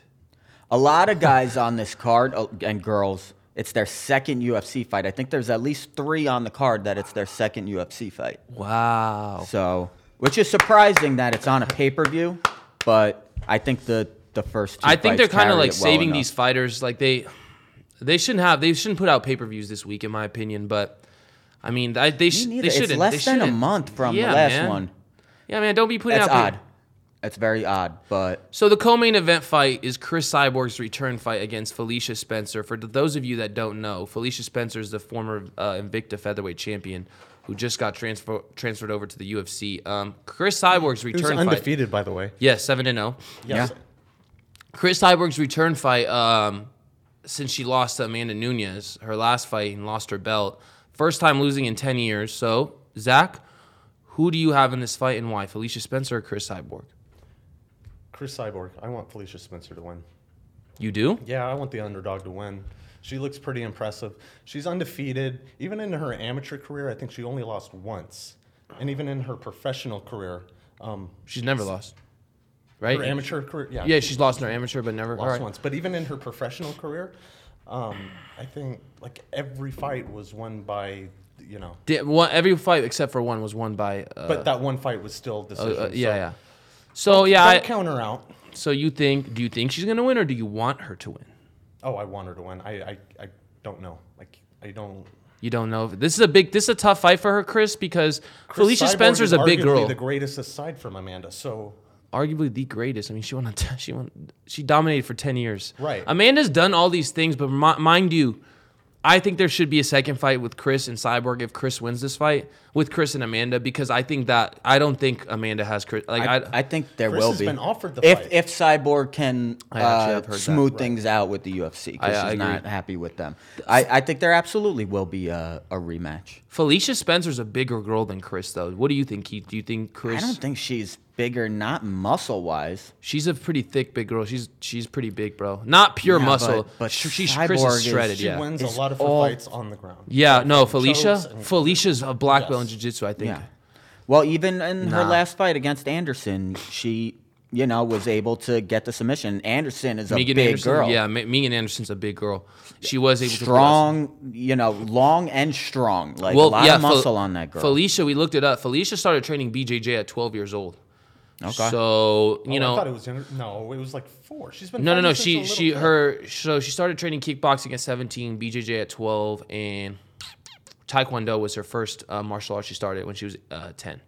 [SPEAKER 3] A lot of guys on this card oh, and girls, it's their second UFC fight. I think there's at least three on the card that it's their second UFC fight.
[SPEAKER 1] wow.
[SPEAKER 3] So, which is surprising that it's on a pay per view, but I think the the first. Two
[SPEAKER 1] I think they're
[SPEAKER 3] kind of
[SPEAKER 1] like saving these fighters. Like they, they shouldn't have. They shouldn't put out pay per views this week, in my opinion. But I mean, I, they, sh- they shouldn't.
[SPEAKER 3] It's
[SPEAKER 1] They
[SPEAKER 3] less than a
[SPEAKER 1] shouldn't.
[SPEAKER 3] month from
[SPEAKER 1] Yeah,
[SPEAKER 3] the last
[SPEAKER 1] man.
[SPEAKER 3] one.
[SPEAKER 1] Yeah, man, don't be putting
[SPEAKER 3] That's
[SPEAKER 1] out. pay-
[SPEAKER 3] odd. That's very odd, but
[SPEAKER 1] So the co-main event fight is Chris Cyborg's return fight against Felicia Spencer. For th- those of you that don't know, Felicia Spencer is the former uh, Invicta featherweight champion who just got transfer- transferred over to the UFC. Um, Chris Cyborg's
[SPEAKER 2] He was
[SPEAKER 1] return fight.
[SPEAKER 2] undefeated, by the way.
[SPEAKER 1] Yes, seven and oh. zero.
[SPEAKER 2] Yes.
[SPEAKER 3] Yeah.
[SPEAKER 1] Chris Cyborg's return fight, um, since she lost to Amanda Nunez, her last fight and lost her belt, first time losing in 10 years. So, Zach, who do you have in this fight and why? Felicia Spencer or Chris Cyborg?
[SPEAKER 2] Chris Cyborg. I want Felicia Spencer to win.
[SPEAKER 1] You do?
[SPEAKER 2] Yeah, I want the underdog to win. She looks pretty impressive. She's undefeated. Even in her amateur career, I think she only lost once. And even in her professional career, um,
[SPEAKER 1] She's never lost, right?
[SPEAKER 2] her amateur career, yeah,
[SPEAKER 1] yeah, she's lost in her amateur, but never.
[SPEAKER 2] lost
[SPEAKER 1] all right.
[SPEAKER 2] once. But even in her professional career, um, I think like every fight was won by you know.
[SPEAKER 1] Di- one, every fight except for one was won by. Uh,
[SPEAKER 2] But that one fight was still decision.
[SPEAKER 1] uh,
[SPEAKER 2] so
[SPEAKER 1] yeah, yeah. So yeah,
[SPEAKER 2] Don't
[SPEAKER 1] I,
[SPEAKER 2] count her out.
[SPEAKER 1] so you think? Do you think she's gonna win, or do you want her to win?
[SPEAKER 2] Oh, I want her to win. I, I, I don't know. Like I don't.
[SPEAKER 1] You don't know. This is a big. This is a tough fight for her, Chris, because Felicia
[SPEAKER 2] Cyborg
[SPEAKER 1] Spencer's
[SPEAKER 2] is
[SPEAKER 1] a big
[SPEAKER 2] arguably
[SPEAKER 1] girl.
[SPEAKER 2] The greatest aside from Amanda. So
[SPEAKER 1] arguably the greatest. I mean, she won. A t- she won. She dominated for ten years.
[SPEAKER 2] Right.
[SPEAKER 1] Amanda's done all these things, but mi- mind you, I think there should be a second fight with Chris and Cyborg if Chris wins this fight with Chris and Amanda because I think that I don't think Amanda has Chris. Like I,
[SPEAKER 3] I, I think there
[SPEAKER 2] Chris
[SPEAKER 3] will
[SPEAKER 2] has
[SPEAKER 3] be.
[SPEAKER 2] been offered the
[SPEAKER 3] if
[SPEAKER 2] fight.
[SPEAKER 3] if Cyborg can
[SPEAKER 1] I actually
[SPEAKER 3] uh,
[SPEAKER 1] have heard that,
[SPEAKER 3] smooth things out with the UFC
[SPEAKER 1] I-
[SPEAKER 3] because
[SPEAKER 1] I
[SPEAKER 3] she's
[SPEAKER 1] agree.
[SPEAKER 3] not happy with them, I, I think there absolutely will be a, a rematch.
[SPEAKER 1] Felicia Spencer's a bigger girl than Chris, though. What do you think, Keith? Do you think Chris?
[SPEAKER 3] I don't think she's bigger, not muscle wise.
[SPEAKER 1] she's a pretty thick, big girl. She's she's pretty big, bro. Not pure
[SPEAKER 3] Yeah,
[SPEAKER 1] muscle,
[SPEAKER 3] but-
[SPEAKER 1] but,
[SPEAKER 3] but
[SPEAKER 1] she's Chris
[SPEAKER 3] Cyborg
[SPEAKER 1] is
[SPEAKER 3] is-
[SPEAKER 1] shredded.
[SPEAKER 2] she
[SPEAKER 1] yeah.
[SPEAKER 2] wins a
[SPEAKER 3] It's
[SPEAKER 2] lot of her
[SPEAKER 3] all-
[SPEAKER 2] fights on the ground.
[SPEAKER 1] yeah, no, Felicia.
[SPEAKER 2] chokes and-
[SPEAKER 1] Felicia's a black belt in
[SPEAKER 2] Yes.
[SPEAKER 1] jiu-jitsu, I think.
[SPEAKER 3] Yeah. Well, even in her
[SPEAKER 1] Nah.
[SPEAKER 3] last fight against Anderson, she, you know, was able to get the submission. Anderson is a
[SPEAKER 1] Megan
[SPEAKER 3] big
[SPEAKER 1] Anderson,
[SPEAKER 3] girl.
[SPEAKER 1] yeah, Me- Megan Anderson's a big girl. She was able to
[SPEAKER 3] Strong, you know, long and strong. Like
[SPEAKER 1] put us-
[SPEAKER 3] a lot of
[SPEAKER 1] Fel-
[SPEAKER 3] muscle on that girl.
[SPEAKER 1] Felicia, we looked it up. Felicia started training BJJ at 12 years old.
[SPEAKER 3] Okay.
[SPEAKER 1] So you
[SPEAKER 2] Oh, I
[SPEAKER 1] know,
[SPEAKER 2] thought it was younger. No, it was like four. She's been
[SPEAKER 1] no, no,
[SPEAKER 2] fighting
[SPEAKER 1] no.
[SPEAKER 2] since a
[SPEAKER 1] She
[SPEAKER 2] little
[SPEAKER 1] she
[SPEAKER 2] kid.
[SPEAKER 1] her so she started training kickboxing at 17, BJJ at 12, and Taekwondo was her first uh, martial art she started when she was uh, 10,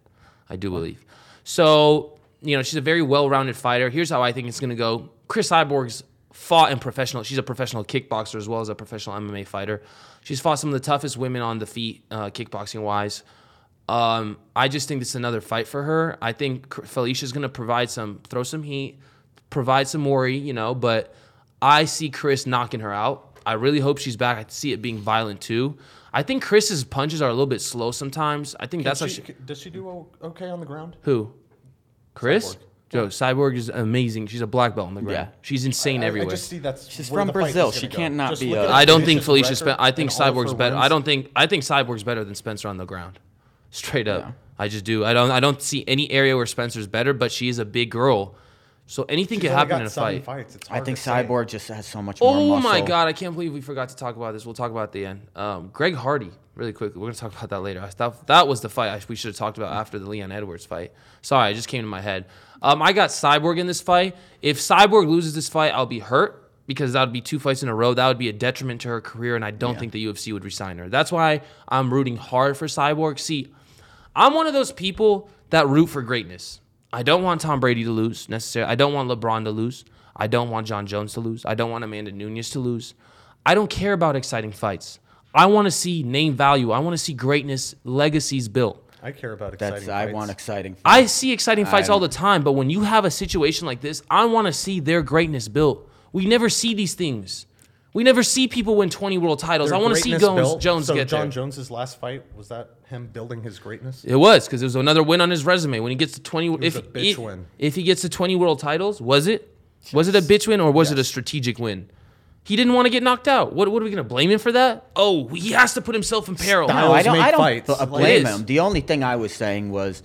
[SPEAKER 1] I do believe. So, you know, she's a very well rounded fighter. Here's how I think it's going to go Chris Cyborg's fought in professional, she's a professional kickboxer as well as a professional MMA fighter. She's fought some of the toughest women on the feet, uh, kickboxing wise. Um, I just think this is another fight for her. I think C- Felicia's going to provide some, throw some heat, provide some worry, you know, but I see Chris knocking her out. I really hope she's back. I see it being violent too. I think Chris's punches are a little bit slow sometimes. I think that's
[SPEAKER 2] She-
[SPEAKER 1] how she,
[SPEAKER 2] does she do o- okay on the ground?
[SPEAKER 1] who? Chris?
[SPEAKER 2] Cyborg.
[SPEAKER 1] Joe, Cyborg is amazing. She's a black belt on the ground.
[SPEAKER 3] Yeah.
[SPEAKER 1] She's insane
[SPEAKER 2] I-
[SPEAKER 1] everywhere.
[SPEAKER 2] I just see that's
[SPEAKER 3] She's
[SPEAKER 2] where
[SPEAKER 3] from
[SPEAKER 2] the fight is
[SPEAKER 3] Brazil.
[SPEAKER 2] gonna
[SPEAKER 3] She
[SPEAKER 2] go.
[SPEAKER 3] can't not
[SPEAKER 2] Just
[SPEAKER 3] be
[SPEAKER 2] look
[SPEAKER 3] a-
[SPEAKER 2] at
[SPEAKER 1] I don't think
[SPEAKER 2] Felicia's
[SPEAKER 1] Felicia. Spen-
[SPEAKER 2] record
[SPEAKER 1] I think
[SPEAKER 2] and all of
[SPEAKER 1] Cyborg's
[SPEAKER 2] her
[SPEAKER 1] better. I
[SPEAKER 2] wins.
[SPEAKER 1] don't think. I think Cyborg's better than Spencer on the ground. Straight up, I just do. I don't. I don't see any area where Spencer's better. But she is a big girl, so anything
[SPEAKER 2] She's
[SPEAKER 1] could
[SPEAKER 2] only
[SPEAKER 1] happen
[SPEAKER 2] got
[SPEAKER 1] in a
[SPEAKER 2] seven
[SPEAKER 1] fight.
[SPEAKER 2] Fights. It's
[SPEAKER 3] I
[SPEAKER 2] hard
[SPEAKER 3] think
[SPEAKER 2] to say.
[SPEAKER 3] Cyborg just has so much more
[SPEAKER 1] Oh my
[SPEAKER 3] muscle.
[SPEAKER 1] god! I can't believe we forgot to talk about this. We'll talk about it at the end. Um, Greg Hardy, really quickly. We're gonna talk about that later. I thought that was the fight I, we should have talked about after the Leon Edwards fight. Sorry, it just came to my head. Um, I got Cyborg in this fight. If Cyborg loses this fight, I'll be hurt because that would be two fights in a row. That would be a detriment to her career, and I don't think the UFC would resign her. That's why I'm rooting hard for Cyborg. See, I'm one of those people that root for greatness. I don't want Tom Brady to lose necessarily. I don't want LeBron to lose. I don't want John Jones to lose. I don't want Amanda Nunez to lose. I don't care about exciting fights. I want to see name value. I want to see greatness, legacies built.
[SPEAKER 2] I care about exciting
[SPEAKER 3] That's I
[SPEAKER 2] fights.
[SPEAKER 3] want exciting.
[SPEAKER 1] I see exciting fights
[SPEAKER 3] I'm-
[SPEAKER 1] all the time, but when you have a situation like this, I want to see their greatness built. We never see these things. We never see people win 20 world titles.
[SPEAKER 2] Their
[SPEAKER 1] I want to see
[SPEAKER 2] greatness
[SPEAKER 1] Jones,
[SPEAKER 2] built-
[SPEAKER 1] Jones
[SPEAKER 2] so
[SPEAKER 1] get
[SPEAKER 2] John
[SPEAKER 1] there.
[SPEAKER 2] Jones's last fight was that him building his greatness?
[SPEAKER 1] It was because it was another win on his resume. When he gets to twenty,
[SPEAKER 2] was
[SPEAKER 1] if
[SPEAKER 2] a bitch
[SPEAKER 1] if-
[SPEAKER 2] win.
[SPEAKER 1] if he gets to twenty world titles, was it was it a bitch win or was it a strategic win? He didn't want to get knocked out. What what are we gonna blame him for that? Oh, he has to put himself in peril.
[SPEAKER 3] No, I
[SPEAKER 2] Styles
[SPEAKER 3] don't.
[SPEAKER 2] make
[SPEAKER 3] I don't
[SPEAKER 2] fights.
[SPEAKER 3] bl-
[SPEAKER 2] Like-
[SPEAKER 3] blame
[SPEAKER 1] It is.
[SPEAKER 3] him. The only thing I was saying was,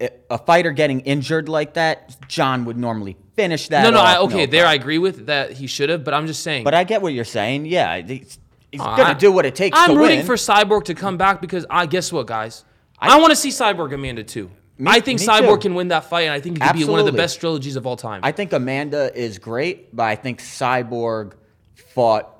[SPEAKER 3] i- a fighter getting injured like that, John would normally finish that.
[SPEAKER 1] No, no,
[SPEAKER 3] off,
[SPEAKER 1] I, okay,
[SPEAKER 3] no
[SPEAKER 1] there
[SPEAKER 3] problem.
[SPEAKER 1] I agree with that. He should have, but I'm just saying.
[SPEAKER 3] But I get what you're saying. Yeah, he's, he's
[SPEAKER 1] Uh,
[SPEAKER 3] gonna
[SPEAKER 1] I-
[SPEAKER 3] do what it takes.
[SPEAKER 1] I'm
[SPEAKER 3] to
[SPEAKER 1] rooting
[SPEAKER 3] win.
[SPEAKER 1] for Cyborg to come back because I guess what, guys, I, want to see Cyborg Amanda too. I think
[SPEAKER 3] me
[SPEAKER 1] Cyborg
[SPEAKER 3] too.
[SPEAKER 1] can win that fight, and I think it could be one of the
[SPEAKER 3] Absolutely.
[SPEAKER 1] best trilogies of all time.
[SPEAKER 3] I think Amanda is great, but I think Cyborg fought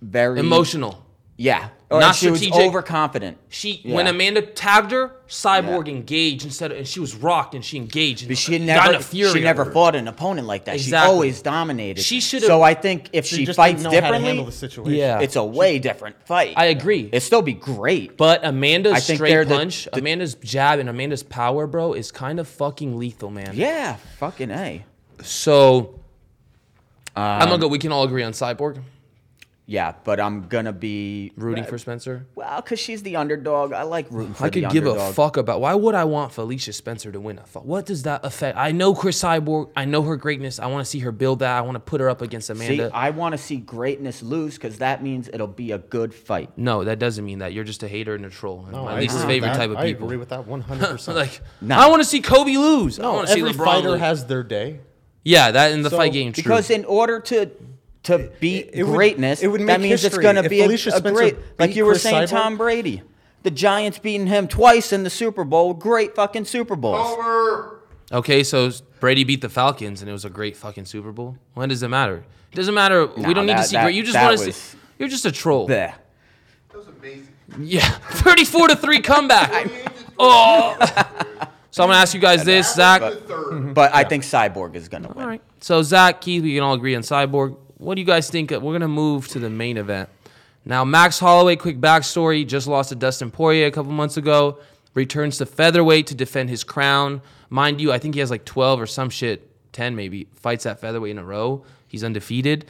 [SPEAKER 3] very
[SPEAKER 1] Emotional.
[SPEAKER 3] Yeah, or
[SPEAKER 1] Not
[SPEAKER 3] she was
[SPEAKER 1] strategic.
[SPEAKER 3] overconfident.
[SPEAKER 1] She
[SPEAKER 3] Yeah.
[SPEAKER 1] when Amanda tagged her, Cyborg
[SPEAKER 3] Yeah.
[SPEAKER 1] engaged instead, of, and she was rocked and she engaged. And
[SPEAKER 3] But she
[SPEAKER 1] got in
[SPEAKER 3] never
[SPEAKER 1] a fury
[SPEAKER 3] she never
[SPEAKER 1] over it.
[SPEAKER 3] fought an opponent like that.
[SPEAKER 1] Exactly.
[SPEAKER 3] She always dominated.
[SPEAKER 1] She should've-
[SPEAKER 3] So I think if she,
[SPEAKER 2] just
[SPEAKER 3] fights
[SPEAKER 2] didn't know how to
[SPEAKER 3] differently,
[SPEAKER 2] handle the situation.
[SPEAKER 1] Yeah.
[SPEAKER 3] it's a way different fight.
[SPEAKER 1] I agree.
[SPEAKER 3] It'd still be great.
[SPEAKER 1] But Amanda's
[SPEAKER 3] I think they're
[SPEAKER 1] straight
[SPEAKER 3] the-
[SPEAKER 1] punch,
[SPEAKER 3] the-
[SPEAKER 1] Amanda's jab, and Amanda's power, bro, is kind of fucking lethal, man.
[SPEAKER 3] yeah, fucking a.
[SPEAKER 1] So I'm
[SPEAKER 3] Um,
[SPEAKER 1] gonna go. We can all agree on Cyborg
[SPEAKER 3] Yeah, but I'm gonna be
[SPEAKER 1] rooting for Spencer.
[SPEAKER 3] well because she's the underdog. I like rooting for
[SPEAKER 1] I
[SPEAKER 3] the
[SPEAKER 1] could give a
[SPEAKER 3] underdog.
[SPEAKER 1] fuck about why would I want Felicia Spencer to win a fight? What does that affect? I know Chris Cyborg. I know her greatness. I want to see her build that. I want to put her up against
[SPEAKER 3] See,
[SPEAKER 1] Amanda.
[SPEAKER 3] I want to see greatness lose because that means it'll be a good fight.
[SPEAKER 1] no, that doesn't mean that. You're just a hater and a troll.
[SPEAKER 2] No,
[SPEAKER 1] my
[SPEAKER 2] I
[SPEAKER 1] least
[SPEAKER 2] agree with
[SPEAKER 1] favorite
[SPEAKER 2] that.
[SPEAKER 1] type of
[SPEAKER 2] I
[SPEAKER 1] people.
[SPEAKER 2] agree with that 100. percent
[SPEAKER 1] like
[SPEAKER 3] No.
[SPEAKER 1] I want to see Kobe lose. I
[SPEAKER 2] no,
[SPEAKER 1] want to see
[SPEAKER 2] every
[SPEAKER 1] LeBron
[SPEAKER 2] fighter
[SPEAKER 1] lose.
[SPEAKER 2] has their day.
[SPEAKER 1] yeah, that in the
[SPEAKER 2] So-
[SPEAKER 1] fight game. True.
[SPEAKER 3] Because in order to to beat
[SPEAKER 2] it would-
[SPEAKER 3] greatness,
[SPEAKER 2] it would
[SPEAKER 3] that
[SPEAKER 2] make
[SPEAKER 3] means it's
[SPEAKER 2] history.
[SPEAKER 3] going to
[SPEAKER 2] If
[SPEAKER 3] be a,
[SPEAKER 2] Felicia
[SPEAKER 3] a
[SPEAKER 2] Spencer
[SPEAKER 3] great. Like
[SPEAKER 2] beat
[SPEAKER 3] you were
[SPEAKER 2] Chris
[SPEAKER 3] saying,
[SPEAKER 2] Cyborg-
[SPEAKER 3] Tom Brady, the Giants beating him twice in the Super Bowl. Great fucking Super Bowls.
[SPEAKER 4] Over.
[SPEAKER 1] okay, so Brady beat the Falcons and it was a great fucking Super Bowl. When does it matter? It doesn't matter. we don't need to
[SPEAKER 3] that-
[SPEAKER 1] see
[SPEAKER 3] that-
[SPEAKER 1] great. You just
[SPEAKER 3] that
[SPEAKER 1] want to
[SPEAKER 3] was-
[SPEAKER 1] see. You're just a troll.
[SPEAKER 3] Bleh.
[SPEAKER 4] That was amazing.
[SPEAKER 1] Yeah, 34 to three comeback.
[SPEAKER 4] 28 to
[SPEAKER 1] Oh. So I'm gonna ask you guys this, Zach.
[SPEAKER 4] 3 to third.
[SPEAKER 3] But I think Cyborg is going to win.
[SPEAKER 1] All right. So Zach, Keith, we can all agree on Cyborg. What do you guys think? Of, we're gonna move to the main event. Now, Max Holloway, quick backstory: just lost to Dustin Poirier a couple months ago. Returns to featherweight to defend his crown. Mind you, I think he has like 12 or some shit, 10 maybe fights at featherweight in a row. He's undefeated.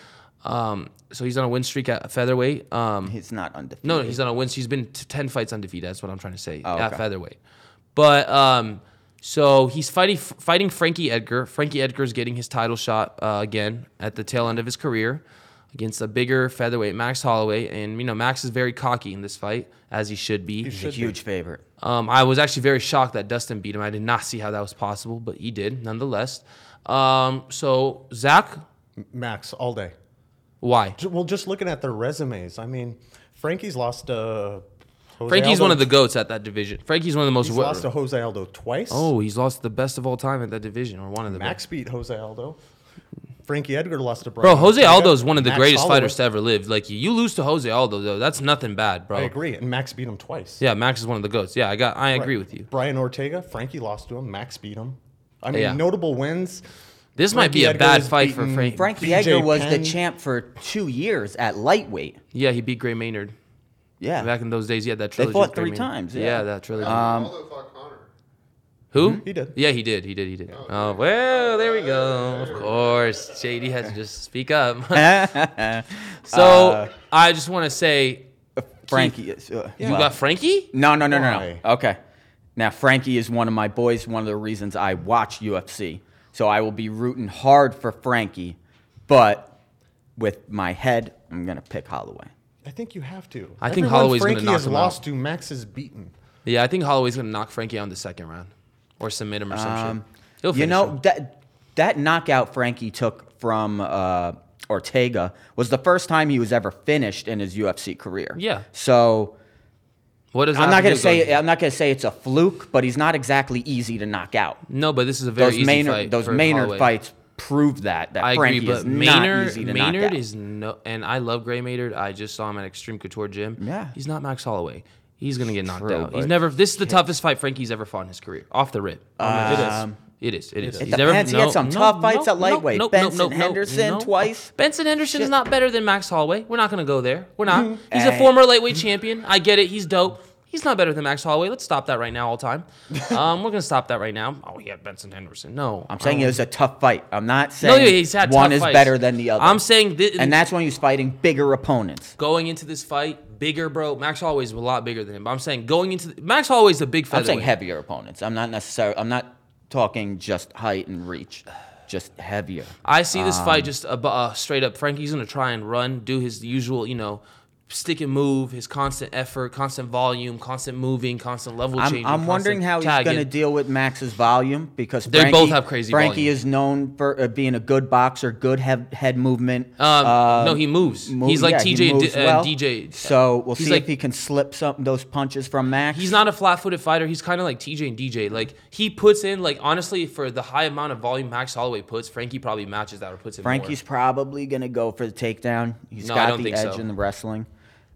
[SPEAKER 1] Um, so he's on a win streak at featherweight. Um,
[SPEAKER 3] He's not undefeated.
[SPEAKER 1] no, no, he's on a win. He's been t- ten fights undefeated. That's what I'm trying to
[SPEAKER 2] Oh,
[SPEAKER 1] say at
[SPEAKER 3] okay.
[SPEAKER 1] featherweight. But um, so he's fighting fighting Frankie Edgar. Frankie Edgar's getting his title shot uh, again at the tail end of his career against a bigger featherweight, Max Holloway. And you know, Max is very cocky in this fight, as he should be.
[SPEAKER 3] he's a huge favorite.
[SPEAKER 1] Um, I was actually very shocked that Dustin beat him. I did not see how that was possible, but he did nonetheless. Um, so Zach,
[SPEAKER 2] Max all day.
[SPEAKER 1] why?
[SPEAKER 2] J- Well, just looking at their resumes, I mean, Frankie's lost uh, Jose
[SPEAKER 1] Frankie's
[SPEAKER 2] Aldo-
[SPEAKER 1] one of the goats at that division. Frankie's one of the most.
[SPEAKER 2] He's
[SPEAKER 1] wa-
[SPEAKER 2] lost to Jose Aldo twice.
[SPEAKER 1] Oh, he's lost the best of all time at that division, or one of the best.
[SPEAKER 2] Max beat Jose Aldo. Frankie Edgar lost to
[SPEAKER 1] Bro,
[SPEAKER 2] Brian
[SPEAKER 1] Jose
[SPEAKER 2] Ortega.
[SPEAKER 1] Aldo is one of the
[SPEAKER 2] Max
[SPEAKER 1] greatest
[SPEAKER 2] Holloway-
[SPEAKER 1] fighters to ever live. Like you lose to Jose Aldo though, that's nothing bad, bro.
[SPEAKER 2] I agree, and Max beat him twice.
[SPEAKER 1] Yeah, Max is one of the goats. Yeah, I got. I agree
[SPEAKER 2] Right.
[SPEAKER 1] with you.
[SPEAKER 2] Brian Ortega, Frankie lost to him. Max beat him. I mean,
[SPEAKER 1] Yeah.
[SPEAKER 2] notable wins.
[SPEAKER 1] This might
[SPEAKER 2] Frankie
[SPEAKER 1] be a
[SPEAKER 2] Edgar
[SPEAKER 1] bad
[SPEAKER 2] was
[SPEAKER 1] fight for
[SPEAKER 2] beaten-
[SPEAKER 1] Frank.
[SPEAKER 3] Frankie
[SPEAKER 2] BJ
[SPEAKER 3] Edgar was
[SPEAKER 2] Penn.
[SPEAKER 3] the champ for two years at lightweight.
[SPEAKER 1] Yeah, he beat Gray Maynard
[SPEAKER 3] Yeah.
[SPEAKER 1] back in those days. He had that trilogy.
[SPEAKER 3] fought
[SPEAKER 1] with Gray
[SPEAKER 3] three
[SPEAKER 1] Maynard.
[SPEAKER 3] times, yeah.
[SPEAKER 1] that trilogy.
[SPEAKER 4] Aldo fought Connor.
[SPEAKER 1] Who?
[SPEAKER 2] Uh, He did.
[SPEAKER 1] Yeah, he did. He did. He did. Oh well, there we go. Of course, JD had to just speak up. so
[SPEAKER 2] Uh,
[SPEAKER 1] I just want to say,
[SPEAKER 3] Frankie. Is, uh,
[SPEAKER 1] you
[SPEAKER 3] well-
[SPEAKER 1] got Frankie.
[SPEAKER 3] No, no, no, no,
[SPEAKER 2] Why?
[SPEAKER 3] no. Okay. Now Frankie is one of my boys. One of the reasons I watch UFC. So I will be rooting hard for Frankie, but with my head, I'm gonna pick Holloway.
[SPEAKER 2] I think you have to.
[SPEAKER 1] I think
[SPEAKER 2] Everyone
[SPEAKER 1] Holloway's gonna
[SPEAKER 2] Frankie
[SPEAKER 1] knock
[SPEAKER 2] has
[SPEAKER 1] him out.
[SPEAKER 2] lost to Max is beaten.
[SPEAKER 1] Yeah, I think Holloway's gonna knock Frankie on the second round, or submit him or some
[SPEAKER 3] Um,
[SPEAKER 1] shit. He'll
[SPEAKER 3] you
[SPEAKER 1] finish
[SPEAKER 3] know
[SPEAKER 1] him.
[SPEAKER 3] that that knockout Frankie took from uh, Ortega was the first time he was ever finished in his UFC career.
[SPEAKER 1] Yeah.
[SPEAKER 3] So
[SPEAKER 1] what does
[SPEAKER 3] I'm
[SPEAKER 1] that
[SPEAKER 3] not
[SPEAKER 1] have
[SPEAKER 3] gonna
[SPEAKER 1] do
[SPEAKER 3] say uh,
[SPEAKER 1] with-
[SPEAKER 3] I'm not gonna say it's a fluke, but he's not exactly easy to knock out.
[SPEAKER 1] No, but this is a very
[SPEAKER 3] Those
[SPEAKER 1] easy
[SPEAKER 3] Maynard
[SPEAKER 1] fight.
[SPEAKER 3] those
[SPEAKER 1] for
[SPEAKER 3] Maynard
[SPEAKER 1] Holloway.
[SPEAKER 3] fights prove that that
[SPEAKER 1] I
[SPEAKER 3] Frankie
[SPEAKER 1] agree,
[SPEAKER 3] is
[SPEAKER 1] but
[SPEAKER 3] not
[SPEAKER 1] Maynard
[SPEAKER 3] easy to knock
[SPEAKER 1] Maynard
[SPEAKER 3] out.
[SPEAKER 1] is no, and I love Gray Maynard. I just saw him at Extreme Couture Gym.
[SPEAKER 3] Yeah.
[SPEAKER 1] he's not Max Holloway. He's gonna get knocked
[SPEAKER 3] True,
[SPEAKER 1] out. He's
[SPEAKER 3] but-
[SPEAKER 1] never. This is the toughest fight Frankie's ever fought in his career. Off the rip.
[SPEAKER 3] Um, Uh,
[SPEAKER 1] it is. It is. It is.
[SPEAKER 2] is.
[SPEAKER 1] He's
[SPEAKER 3] It depends. He had some tough fights at lightweight. Benson Henderson twice.
[SPEAKER 1] Benson Henderson's
[SPEAKER 3] Shit.
[SPEAKER 1] not better than Max Holloway. We're not gonna go there. We're not. He's a
[SPEAKER 3] Eh.
[SPEAKER 1] former lightweight champion. I get it. He's dope. He's not better than Max Holloway. Let's stop that right now. All time. Um, we're gonna stop that right now. Oh, he had Benson Henderson. No,
[SPEAKER 3] I'm saying it was a tough fight. I'm not
[SPEAKER 1] no,
[SPEAKER 3] saying
[SPEAKER 1] yeah, he's had
[SPEAKER 3] one
[SPEAKER 1] tough
[SPEAKER 3] is
[SPEAKER 1] fights.
[SPEAKER 3] better than the other.
[SPEAKER 1] I'm saying thi-
[SPEAKER 3] and that's when he's fighting bigger opponents.
[SPEAKER 1] going into this fight bigger, bro. Max Holloway's a lot bigger than him. But I'm saying going into Max Holloway's a big
[SPEAKER 3] I'm
[SPEAKER 1] featherweight.
[SPEAKER 3] saying heavier opponents. I'm not necessarily. I'm not talking just height and reach, just heavier.
[SPEAKER 1] I see this
[SPEAKER 3] Um,
[SPEAKER 1] fight just ab- uh, straight up. Frankie's gonna try and run, do his usual, you know, stick and move, his constant effort, constant volume, constant moving, constant level
[SPEAKER 3] I'm,
[SPEAKER 1] changing.
[SPEAKER 3] I'm wondering
[SPEAKER 1] constant
[SPEAKER 3] how he's
[SPEAKER 1] tagging.
[SPEAKER 3] going to deal with Max's volume because
[SPEAKER 1] They
[SPEAKER 3] Frankie,
[SPEAKER 1] both have crazy
[SPEAKER 3] Frankie
[SPEAKER 1] volume.
[SPEAKER 3] is known for uh, being a good boxer, good head, head movement.
[SPEAKER 1] Um,
[SPEAKER 3] uh,
[SPEAKER 1] no, he moves.
[SPEAKER 3] move-
[SPEAKER 1] he's like
[SPEAKER 3] yeah, he
[SPEAKER 1] TJ and D-
[SPEAKER 3] moves
[SPEAKER 1] uh,
[SPEAKER 3] well.
[SPEAKER 1] DJ.
[SPEAKER 3] So we'll
[SPEAKER 1] He's
[SPEAKER 3] see
[SPEAKER 1] like-
[SPEAKER 3] if he can slip some those punches from Max.
[SPEAKER 1] He's not a flat-footed fighter. He's kind of like TJ and DJ. Like he puts in, like honestly, for the high amount of volume Max Holloway puts, Frankie probably matches that or puts in more.
[SPEAKER 3] Frankie's probably going to go for the takedown. He's
[SPEAKER 1] No, I
[SPEAKER 3] got
[SPEAKER 1] don't
[SPEAKER 3] the
[SPEAKER 1] think
[SPEAKER 3] edge
[SPEAKER 1] so.
[SPEAKER 3] in the wrestling.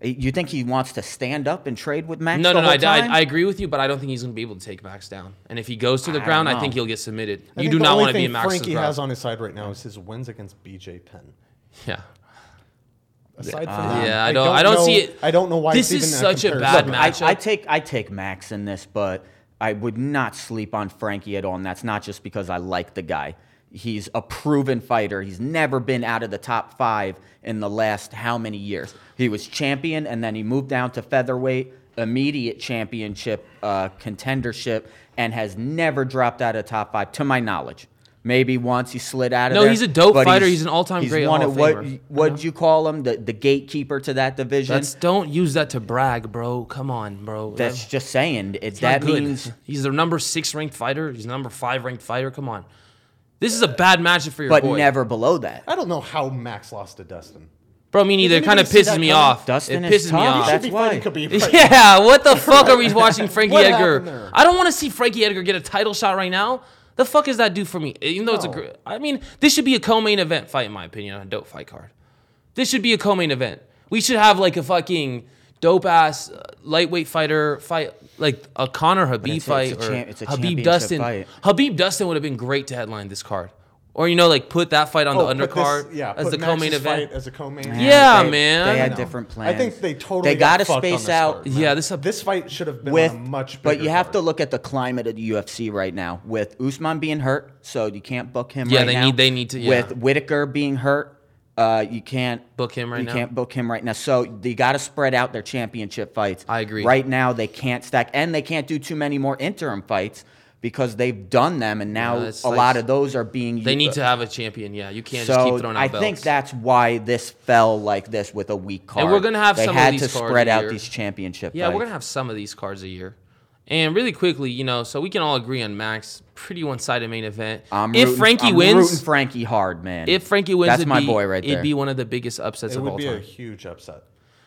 [SPEAKER 3] Uh, You think he wants to stand up and trade with Max?
[SPEAKER 1] No,
[SPEAKER 3] the
[SPEAKER 1] no, no. I,
[SPEAKER 3] whole
[SPEAKER 1] I,
[SPEAKER 3] time?
[SPEAKER 1] I agree with you, but I don't think he's going to be able to take Max down. And if he goes to the
[SPEAKER 3] I
[SPEAKER 1] ground,
[SPEAKER 3] don't
[SPEAKER 1] I think
[SPEAKER 3] know.
[SPEAKER 1] he'll get submitted.
[SPEAKER 2] I
[SPEAKER 1] you
[SPEAKER 2] think
[SPEAKER 1] do
[SPEAKER 2] the
[SPEAKER 1] not
[SPEAKER 2] only
[SPEAKER 1] want to be
[SPEAKER 2] thing
[SPEAKER 1] in Max's uh,
[SPEAKER 2] Frankie
[SPEAKER 1] ground.
[SPEAKER 2] has on his side right now is his wins against BJ Penn.
[SPEAKER 1] yeah.
[SPEAKER 2] Aside from that,
[SPEAKER 1] Yeah, I don't- I don't
[SPEAKER 2] know,
[SPEAKER 1] see it-
[SPEAKER 2] I don't know why
[SPEAKER 1] This
[SPEAKER 2] it's
[SPEAKER 1] is
[SPEAKER 2] even
[SPEAKER 1] such a
[SPEAKER 2] comparison.
[SPEAKER 1] bad
[SPEAKER 2] Look,
[SPEAKER 1] match.
[SPEAKER 3] I,
[SPEAKER 1] matchup.
[SPEAKER 3] I take I take Max in this, but I would not sleep on Frankie at all, and that's not just because I like the guy. He's a proven fighter. He's never been out of the top five in the last how many years? He was champion, and then he moved down to featherweight, immediate championship uh, contendership, and has never dropped out of top five, to my knowledge. Maybe once he slid out of
[SPEAKER 1] No,
[SPEAKER 3] there,
[SPEAKER 1] he's a dope
[SPEAKER 3] but
[SPEAKER 1] fighter. He's an all-time great
[SPEAKER 3] one
[SPEAKER 1] Hall
[SPEAKER 3] of
[SPEAKER 1] of
[SPEAKER 3] what
[SPEAKER 1] Famer.
[SPEAKER 3] what'd you call him? The the gatekeeper to that division.
[SPEAKER 1] That's don't use that to brag, bro. Come on, bro.
[SPEAKER 3] That's just saying. It,
[SPEAKER 1] not
[SPEAKER 3] that
[SPEAKER 1] good.
[SPEAKER 3] means.
[SPEAKER 1] he's the number six ranked fighter. He's the number five ranked fighter. Come on. This is a bad matchup for your
[SPEAKER 3] But
[SPEAKER 1] boy.
[SPEAKER 3] never below that.
[SPEAKER 2] I don't know how Max lost to Dustin.
[SPEAKER 1] bro. Me neither. It
[SPEAKER 2] didn't
[SPEAKER 1] kind of
[SPEAKER 2] even see
[SPEAKER 1] pisses
[SPEAKER 2] that
[SPEAKER 1] me
[SPEAKER 2] coming.
[SPEAKER 1] off.
[SPEAKER 3] Dustin
[SPEAKER 1] it
[SPEAKER 3] is
[SPEAKER 1] pisses me
[SPEAKER 3] tough.
[SPEAKER 1] off.
[SPEAKER 3] That's
[SPEAKER 2] Should be
[SPEAKER 3] why.
[SPEAKER 2] fighting Khabib right now.
[SPEAKER 1] Yeah, what the fuck are we watching Frankie
[SPEAKER 2] What happened
[SPEAKER 1] Edgar?
[SPEAKER 2] there?
[SPEAKER 1] I don't want to see Frankie Edgar get a title shot right now. The fuck is that do for me? Even though it's a
[SPEAKER 2] No.
[SPEAKER 1] gr- I mean, this should be a co-main event fight in my opinion on a dope fight card. This should be a co-main event. We should have like a fucking dope ass lightweight fighter fight like a Conor Habib
[SPEAKER 3] it's a-
[SPEAKER 1] fight
[SPEAKER 3] it's a
[SPEAKER 1] or
[SPEAKER 3] champ- it's a
[SPEAKER 1] Habib
[SPEAKER 3] championship
[SPEAKER 1] Dustin.
[SPEAKER 3] fight.
[SPEAKER 1] Habib Dustin would have been great to headline this card. Or you know like put that fight on
[SPEAKER 2] Oh,
[SPEAKER 1] the
[SPEAKER 2] put this-
[SPEAKER 1] undercard
[SPEAKER 2] yeah,
[SPEAKER 1] as
[SPEAKER 2] put
[SPEAKER 1] the co-main
[SPEAKER 2] Max's
[SPEAKER 1] event.
[SPEAKER 2] fight As a co-main.
[SPEAKER 1] Yeah,
[SPEAKER 3] they,
[SPEAKER 1] man.
[SPEAKER 3] They
[SPEAKER 1] I
[SPEAKER 3] had
[SPEAKER 1] know.
[SPEAKER 3] different plans.
[SPEAKER 2] I think they totally
[SPEAKER 3] They got to
[SPEAKER 2] fucked on
[SPEAKER 3] space
[SPEAKER 2] this
[SPEAKER 3] out
[SPEAKER 2] card, man.
[SPEAKER 1] yeah, this is a
[SPEAKER 2] This fight should have been
[SPEAKER 3] with
[SPEAKER 2] on a much bigger
[SPEAKER 3] but you have
[SPEAKER 2] card.
[SPEAKER 3] to look at the climate of the UFC right now. With Usman being hurt, so you can't book him.
[SPEAKER 1] Yeah,
[SPEAKER 3] right
[SPEAKER 1] they
[SPEAKER 3] now.
[SPEAKER 1] need- they need to- yeah.
[SPEAKER 3] With Whitaker being hurt, uh, you can't
[SPEAKER 1] Book him right
[SPEAKER 3] you
[SPEAKER 1] now.
[SPEAKER 3] can't book him right now. So you got to spread out their championship fights.
[SPEAKER 1] I agree.
[SPEAKER 3] Right now they can't stack, and they can't do too many more interim fights because they've done them, and now
[SPEAKER 1] Yeah,
[SPEAKER 3] a
[SPEAKER 1] it's like-
[SPEAKER 3] lot of those are being.
[SPEAKER 1] They
[SPEAKER 2] uh,
[SPEAKER 1] need to have a champion. Yeah, you can't
[SPEAKER 3] so
[SPEAKER 1] just keep throwing out
[SPEAKER 3] I
[SPEAKER 1] belts.
[SPEAKER 3] think that's why this fell like this with a weak card.
[SPEAKER 1] And we're gonna have
[SPEAKER 3] they
[SPEAKER 1] some of
[SPEAKER 3] had
[SPEAKER 1] these
[SPEAKER 3] to
[SPEAKER 1] cards
[SPEAKER 3] spread
[SPEAKER 1] a
[SPEAKER 3] out
[SPEAKER 1] year.
[SPEAKER 3] these championship.
[SPEAKER 1] yeah,
[SPEAKER 3] fights.
[SPEAKER 1] we're gonna have some of these cards a year. And really quickly, you know, so we can all agree on Max. Pretty one-sided main event.
[SPEAKER 3] I'm
[SPEAKER 1] if
[SPEAKER 3] rooting-
[SPEAKER 1] Frankie
[SPEAKER 3] I'm rooting
[SPEAKER 1] wins,
[SPEAKER 3] Frankie hard, man.
[SPEAKER 1] if Frankie wins,
[SPEAKER 3] that's
[SPEAKER 1] it'd
[SPEAKER 3] my
[SPEAKER 1] be,
[SPEAKER 3] boy right
[SPEAKER 1] It'd
[SPEAKER 3] there.
[SPEAKER 1] be one of the biggest upsets
[SPEAKER 2] It
[SPEAKER 1] of
[SPEAKER 2] would
[SPEAKER 1] all
[SPEAKER 2] be a
[SPEAKER 1] time.
[SPEAKER 2] huge upset.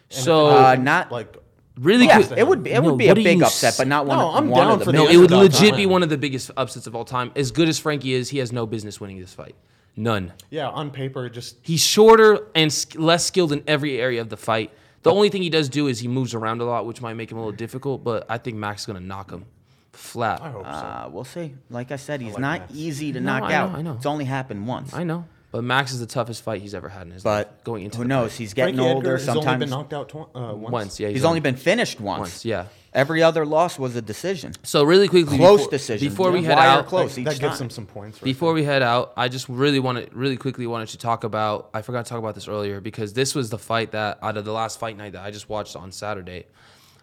[SPEAKER 1] So
[SPEAKER 3] Uh, not
[SPEAKER 2] Like,
[SPEAKER 1] really,
[SPEAKER 3] yeah,
[SPEAKER 1] quick-
[SPEAKER 3] it would be it
[SPEAKER 1] No,
[SPEAKER 3] would be a
[SPEAKER 1] what are
[SPEAKER 3] big
[SPEAKER 1] you
[SPEAKER 3] upset,
[SPEAKER 1] s-
[SPEAKER 3] but not one.
[SPEAKER 2] No,
[SPEAKER 3] of-
[SPEAKER 2] I'm
[SPEAKER 3] one
[SPEAKER 2] down
[SPEAKER 3] of the
[SPEAKER 2] for the
[SPEAKER 1] no,
[SPEAKER 3] big-
[SPEAKER 1] it would
[SPEAKER 2] underdog to
[SPEAKER 1] legit
[SPEAKER 2] win.
[SPEAKER 1] be one of the biggest upsets of all time. As good as Frankie is, he has no business winning this fight. None.
[SPEAKER 2] Yeah, on paper, it just
[SPEAKER 1] He's shorter and sk- less skilled in every area of the fight. The only thing he does do is he moves around a lot, which might make him a little difficult. But I think Max is gonna knock him flat.
[SPEAKER 2] I hope so.
[SPEAKER 3] Uh, we'll see. Like I said, he's
[SPEAKER 2] like
[SPEAKER 3] not
[SPEAKER 2] Max.
[SPEAKER 3] easy to
[SPEAKER 1] No,
[SPEAKER 3] knock
[SPEAKER 1] I know,
[SPEAKER 3] out.
[SPEAKER 1] I know.
[SPEAKER 3] It's only happened once.
[SPEAKER 1] I know, but Max is the toughest fight he's ever had in his life.
[SPEAKER 3] But
[SPEAKER 1] Going into
[SPEAKER 3] who
[SPEAKER 1] the
[SPEAKER 3] knows?
[SPEAKER 1] fight.
[SPEAKER 3] He's getting
[SPEAKER 2] Frankie
[SPEAKER 3] older.
[SPEAKER 2] Edgar has
[SPEAKER 3] Sometimes
[SPEAKER 2] only been knocked out tw- uh, once.
[SPEAKER 1] once, yeah,
[SPEAKER 3] he's only been finished once.
[SPEAKER 1] once, yeah.
[SPEAKER 3] Every other loss was a decision.
[SPEAKER 1] So really quickly,
[SPEAKER 3] Close
[SPEAKER 1] before,
[SPEAKER 3] decision.
[SPEAKER 1] Before we
[SPEAKER 3] Yeah.
[SPEAKER 1] head
[SPEAKER 3] Wire
[SPEAKER 1] out,
[SPEAKER 3] close.
[SPEAKER 2] That,
[SPEAKER 3] each
[SPEAKER 2] that gives
[SPEAKER 3] time.
[SPEAKER 2] him some points. Right?
[SPEAKER 1] Before we head out, I just really want to really quickly wanted to talk about. I forgot to talk about this earlier because this was the fight that out of the last fight night that I just watched on Saturday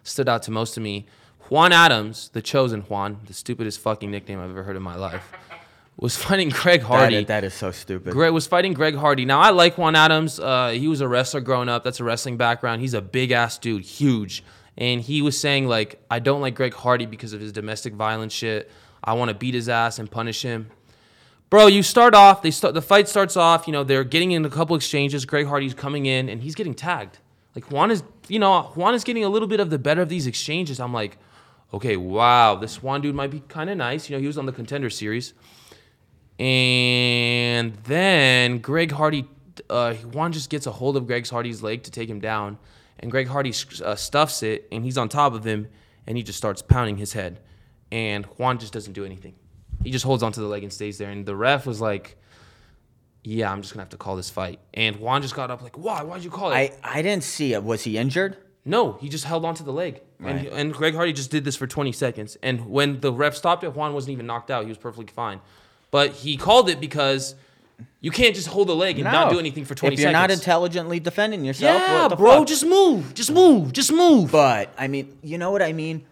[SPEAKER 1] stood out to most of me. Juan Adams, the chosen Juan, the stupidest fucking nickname I've ever heard in my life, was fighting Greg
[SPEAKER 3] That-
[SPEAKER 1] Hardy.
[SPEAKER 3] that is so stupid.
[SPEAKER 1] Greg was fighting Greg Hardy. Now I like Juan Adams. Uh, he was a wrestler growing up. That's a wrestling background. He's a big ass dude, huge. And he was saying like, I don't like Greg Hardy because of his domestic violence shit. I want to beat his ass and punish him. Bro, you start off. They start the fight starts off. You know they're getting in a couple exchanges. Greg Hardy's coming in and he's getting tagged. Like Juan is, you know, Juan is getting a little bit of the better of these exchanges. I'm like, okay, wow, this Juan dude might be kind of nice. You know, he was on the contender series. And then Greg Hardy, uh, Juan just gets a hold of Greg Hardy's leg to take him down. And Greg Hardy uh, stuffs it, and he's on top of him, and he just starts pounding his head. And Juan just doesn't do anything. He just holds onto the leg and stays there. And the ref was like, yeah, I'm just going to have to call this fight. And Juan just got up like, why? Why'd you call it?
[SPEAKER 3] I, I didn't see it. Was he injured?
[SPEAKER 1] No, he just held onto the leg. And,
[SPEAKER 3] Right.
[SPEAKER 1] and Greg Hardy just did this for 20 seconds. And when the ref stopped it, Juan wasn't even knocked out. He was perfectly fine. But he called it because you can't just hold the leg and not do anything for 20
[SPEAKER 3] If you're
[SPEAKER 1] seconds.
[SPEAKER 3] not intelligently defending yourself,
[SPEAKER 1] yeah,
[SPEAKER 3] what the
[SPEAKER 1] bro,
[SPEAKER 3] fuck?
[SPEAKER 1] just move. Just move. Just move.
[SPEAKER 3] But I mean, you know what I mean.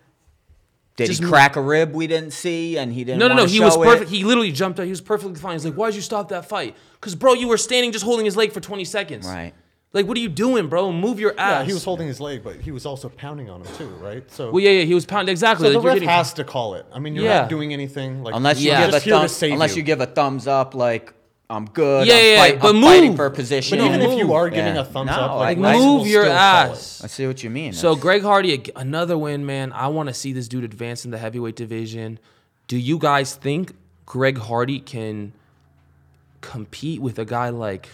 [SPEAKER 3] Did
[SPEAKER 1] Just
[SPEAKER 3] he
[SPEAKER 1] move.
[SPEAKER 3] crack a rib we didn't see, and he didn't?
[SPEAKER 1] no, no, no.
[SPEAKER 3] wanna
[SPEAKER 1] He was
[SPEAKER 3] show
[SPEAKER 1] perfect.
[SPEAKER 3] It?
[SPEAKER 1] He literally jumped out. He was perfectly fine. He's like, why'd you stop that fight? Because, bro, you were standing just holding his leg for 20 seconds.
[SPEAKER 3] Right.
[SPEAKER 1] Like, what are you doing, bro? Move your ass.
[SPEAKER 2] Yeah, he was holding his leg, but he was also pounding on him too, right? So,
[SPEAKER 1] Well, yeah, yeah. He was pounding. Exactly.
[SPEAKER 2] so the
[SPEAKER 1] like, you're
[SPEAKER 2] ref
[SPEAKER 1] getting-
[SPEAKER 2] has to call it. I mean, you're
[SPEAKER 1] Yeah.
[SPEAKER 2] not doing anything. Like
[SPEAKER 3] Unless you
[SPEAKER 1] Yeah.
[SPEAKER 3] give a
[SPEAKER 2] just here to
[SPEAKER 3] thumbs,
[SPEAKER 2] save
[SPEAKER 3] unless you.
[SPEAKER 2] you.
[SPEAKER 3] give a thumbs up, like I'm good.
[SPEAKER 1] Yeah,
[SPEAKER 3] I'm
[SPEAKER 1] yeah,
[SPEAKER 3] fight-
[SPEAKER 1] but
[SPEAKER 3] I'm fighting
[SPEAKER 1] move.
[SPEAKER 3] for a position.
[SPEAKER 2] But even if you
[SPEAKER 1] move.
[SPEAKER 2] are giving
[SPEAKER 3] Yeah.
[SPEAKER 2] a thumbs
[SPEAKER 3] No,
[SPEAKER 2] up, like,
[SPEAKER 3] like, Nice.
[SPEAKER 2] refs will
[SPEAKER 1] move your
[SPEAKER 2] still call it.
[SPEAKER 1] ass.
[SPEAKER 3] I see what you mean.
[SPEAKER 1] So
[SPEAKER 3] That's-
[SPEAKER 1] Greg Hardy, ag- another win, man. I want to see this dude advance in the heavyweight division. Do you guys think Greg Hardy can compete with a guy like,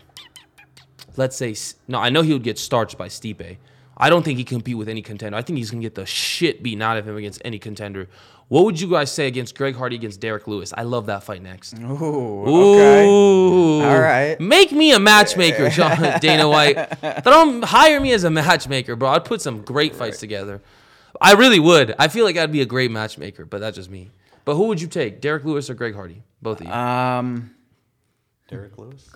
[SPEAKER 1] let's say, S- no, I know he would get starched by Stipe. I don't think he can compete with any contender. I think he's gonna get the shit beaten out of him against any contender. What would you guys say against Greg Hardy against Derek Lewis? I love that fight next.
[SPEAKER 3] Ooh, okay.
[SPEAKER 1] Ooh.
[SPEAKER 3] All right.
[SPEAKER 1] Make me a matchmaker, John Dana White. Throw, hire me as a matchmaker, bro. I'd put some great fights together. I really would. I feel like I'd be a great matchmaker, but that's just me. But who would you take, Derek Lewis or Greg Hardy? Both of you.
[SPEAKER 3] Um,
[SPEAKER 2] Derek Lewis.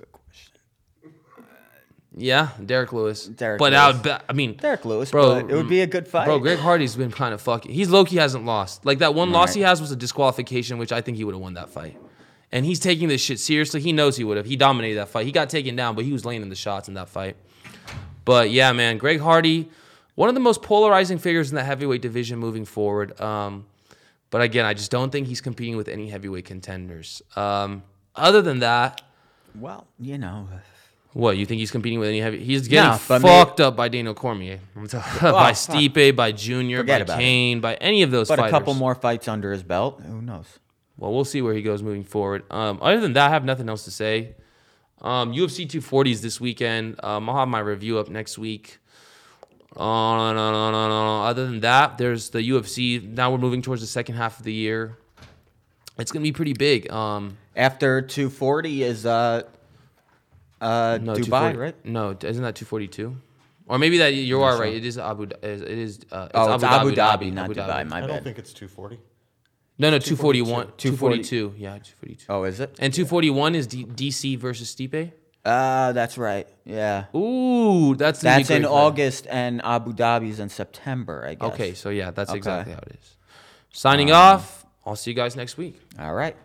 [SPEAKER 1] yeah, Derek Lewis.
[SPEAKER 3] Derek
[SPEAKER 1] but
[SPEAKER 3] Lewis.
[SPEAKER 1] I'd, bet- I mean,
[SPEAKER 3] Derek Lewis,
[SPEAKER 1] Bro,
[SPEAKER 3] but it would be a good fight.
[SPEAKER 1] bro, Greg Hardy's been kind of fucking. He's low key hasn't lost. Like that one loss
[SPEAKER 3] Right.
[SPEAKER 1] he has was a disqualification, which I think he would have won that fight. And he's taking this shit seriously. He knows he would have. He dominated that fight. He got taken down, but he was laying in the shots in that fight. But yeah, man, Greg Hardy, one of the most polarizing figures in the heavyweight division moving forward. Um, but again, I just don't think he's competing with any heavyweight contenders. Um, other than that,
[SPEAKER 3] Well, you know,
[SPEAKER 1] what you think he's competing with any heavy? He's getting
[SPEAKER 3] Nah, but
[SPEAKER 1] fucked up by Daniel Cormier, I'm t- by Stipe, by Junior,
[SPEAKER 3] Forget
[SPEAKER 1] by
[SPEAKER 3] about it.
[SPEAKER 1] Kane, by any of those.
[SPEAKER 3] but
[SPEAKER 1] fighters.
[SPEAKER 3] a couple more fights under his belt. Who knows?
[SPEAKER 1] Well, we'll see where he goes moving forward. Um, other than that, I have nothing else to say. Um, UFC 240 is this weekend. Um, I'll have my review up next week. Uh, no, no, no, no, no. Other than that, there's the UFC. Now we're moving towards the second half of the year. It's gonna be pretty big. Um,
[SPEAKER 3] After 240 is uh, uh,
[SPEAKER 1] no,
[SPEAKER 3] Dubai,
[SPEAKER 1] 240
[SPEAKER 3] right?
[SPEAKER 1] No, isn't that 242? Or maybe that you are right. It is Abu. It is. Uh, it's
[SPEAKER 3] Oh, it's Abu Dhabi, not
[SPEAKER 1] Abu
[SPEAKER 3] Dubai.
[SPEAKER 2] I
[SPEAKER 3] My
[SPEAKER 2] don't
[SPEAKER 3] bad.
[SPEAKER 2] think it's 240.
[SPEAKER 1] No, no, 241,
[SPEAKER 3] 240.
[SPEAKER 1] 242. Yeah, 242.
[SPEAKER 3] Oh, is it?
[SPEAKER 1] And 241 is D- DC versus Stipe.
[SPEAKER 3] Uh, that's right. Yeah.
[SPEAKER 1] Ooh, that's gonna be
[SPEAKER 3] That's
[SPEAKER 1] great
[SPEAKER 3] in
[SPEAKER 1] for them.
[SPEAKER 3] August, and Abu Dhabi's in September, I guess.
[SPEAKER 1] Okay, so yeah, that's
[SPEAKER 3] Okay. Um,
[SPEAKER 1] exactly how it is. Signing off. I'll see you guys next week.
[SPEAKER 3] All right.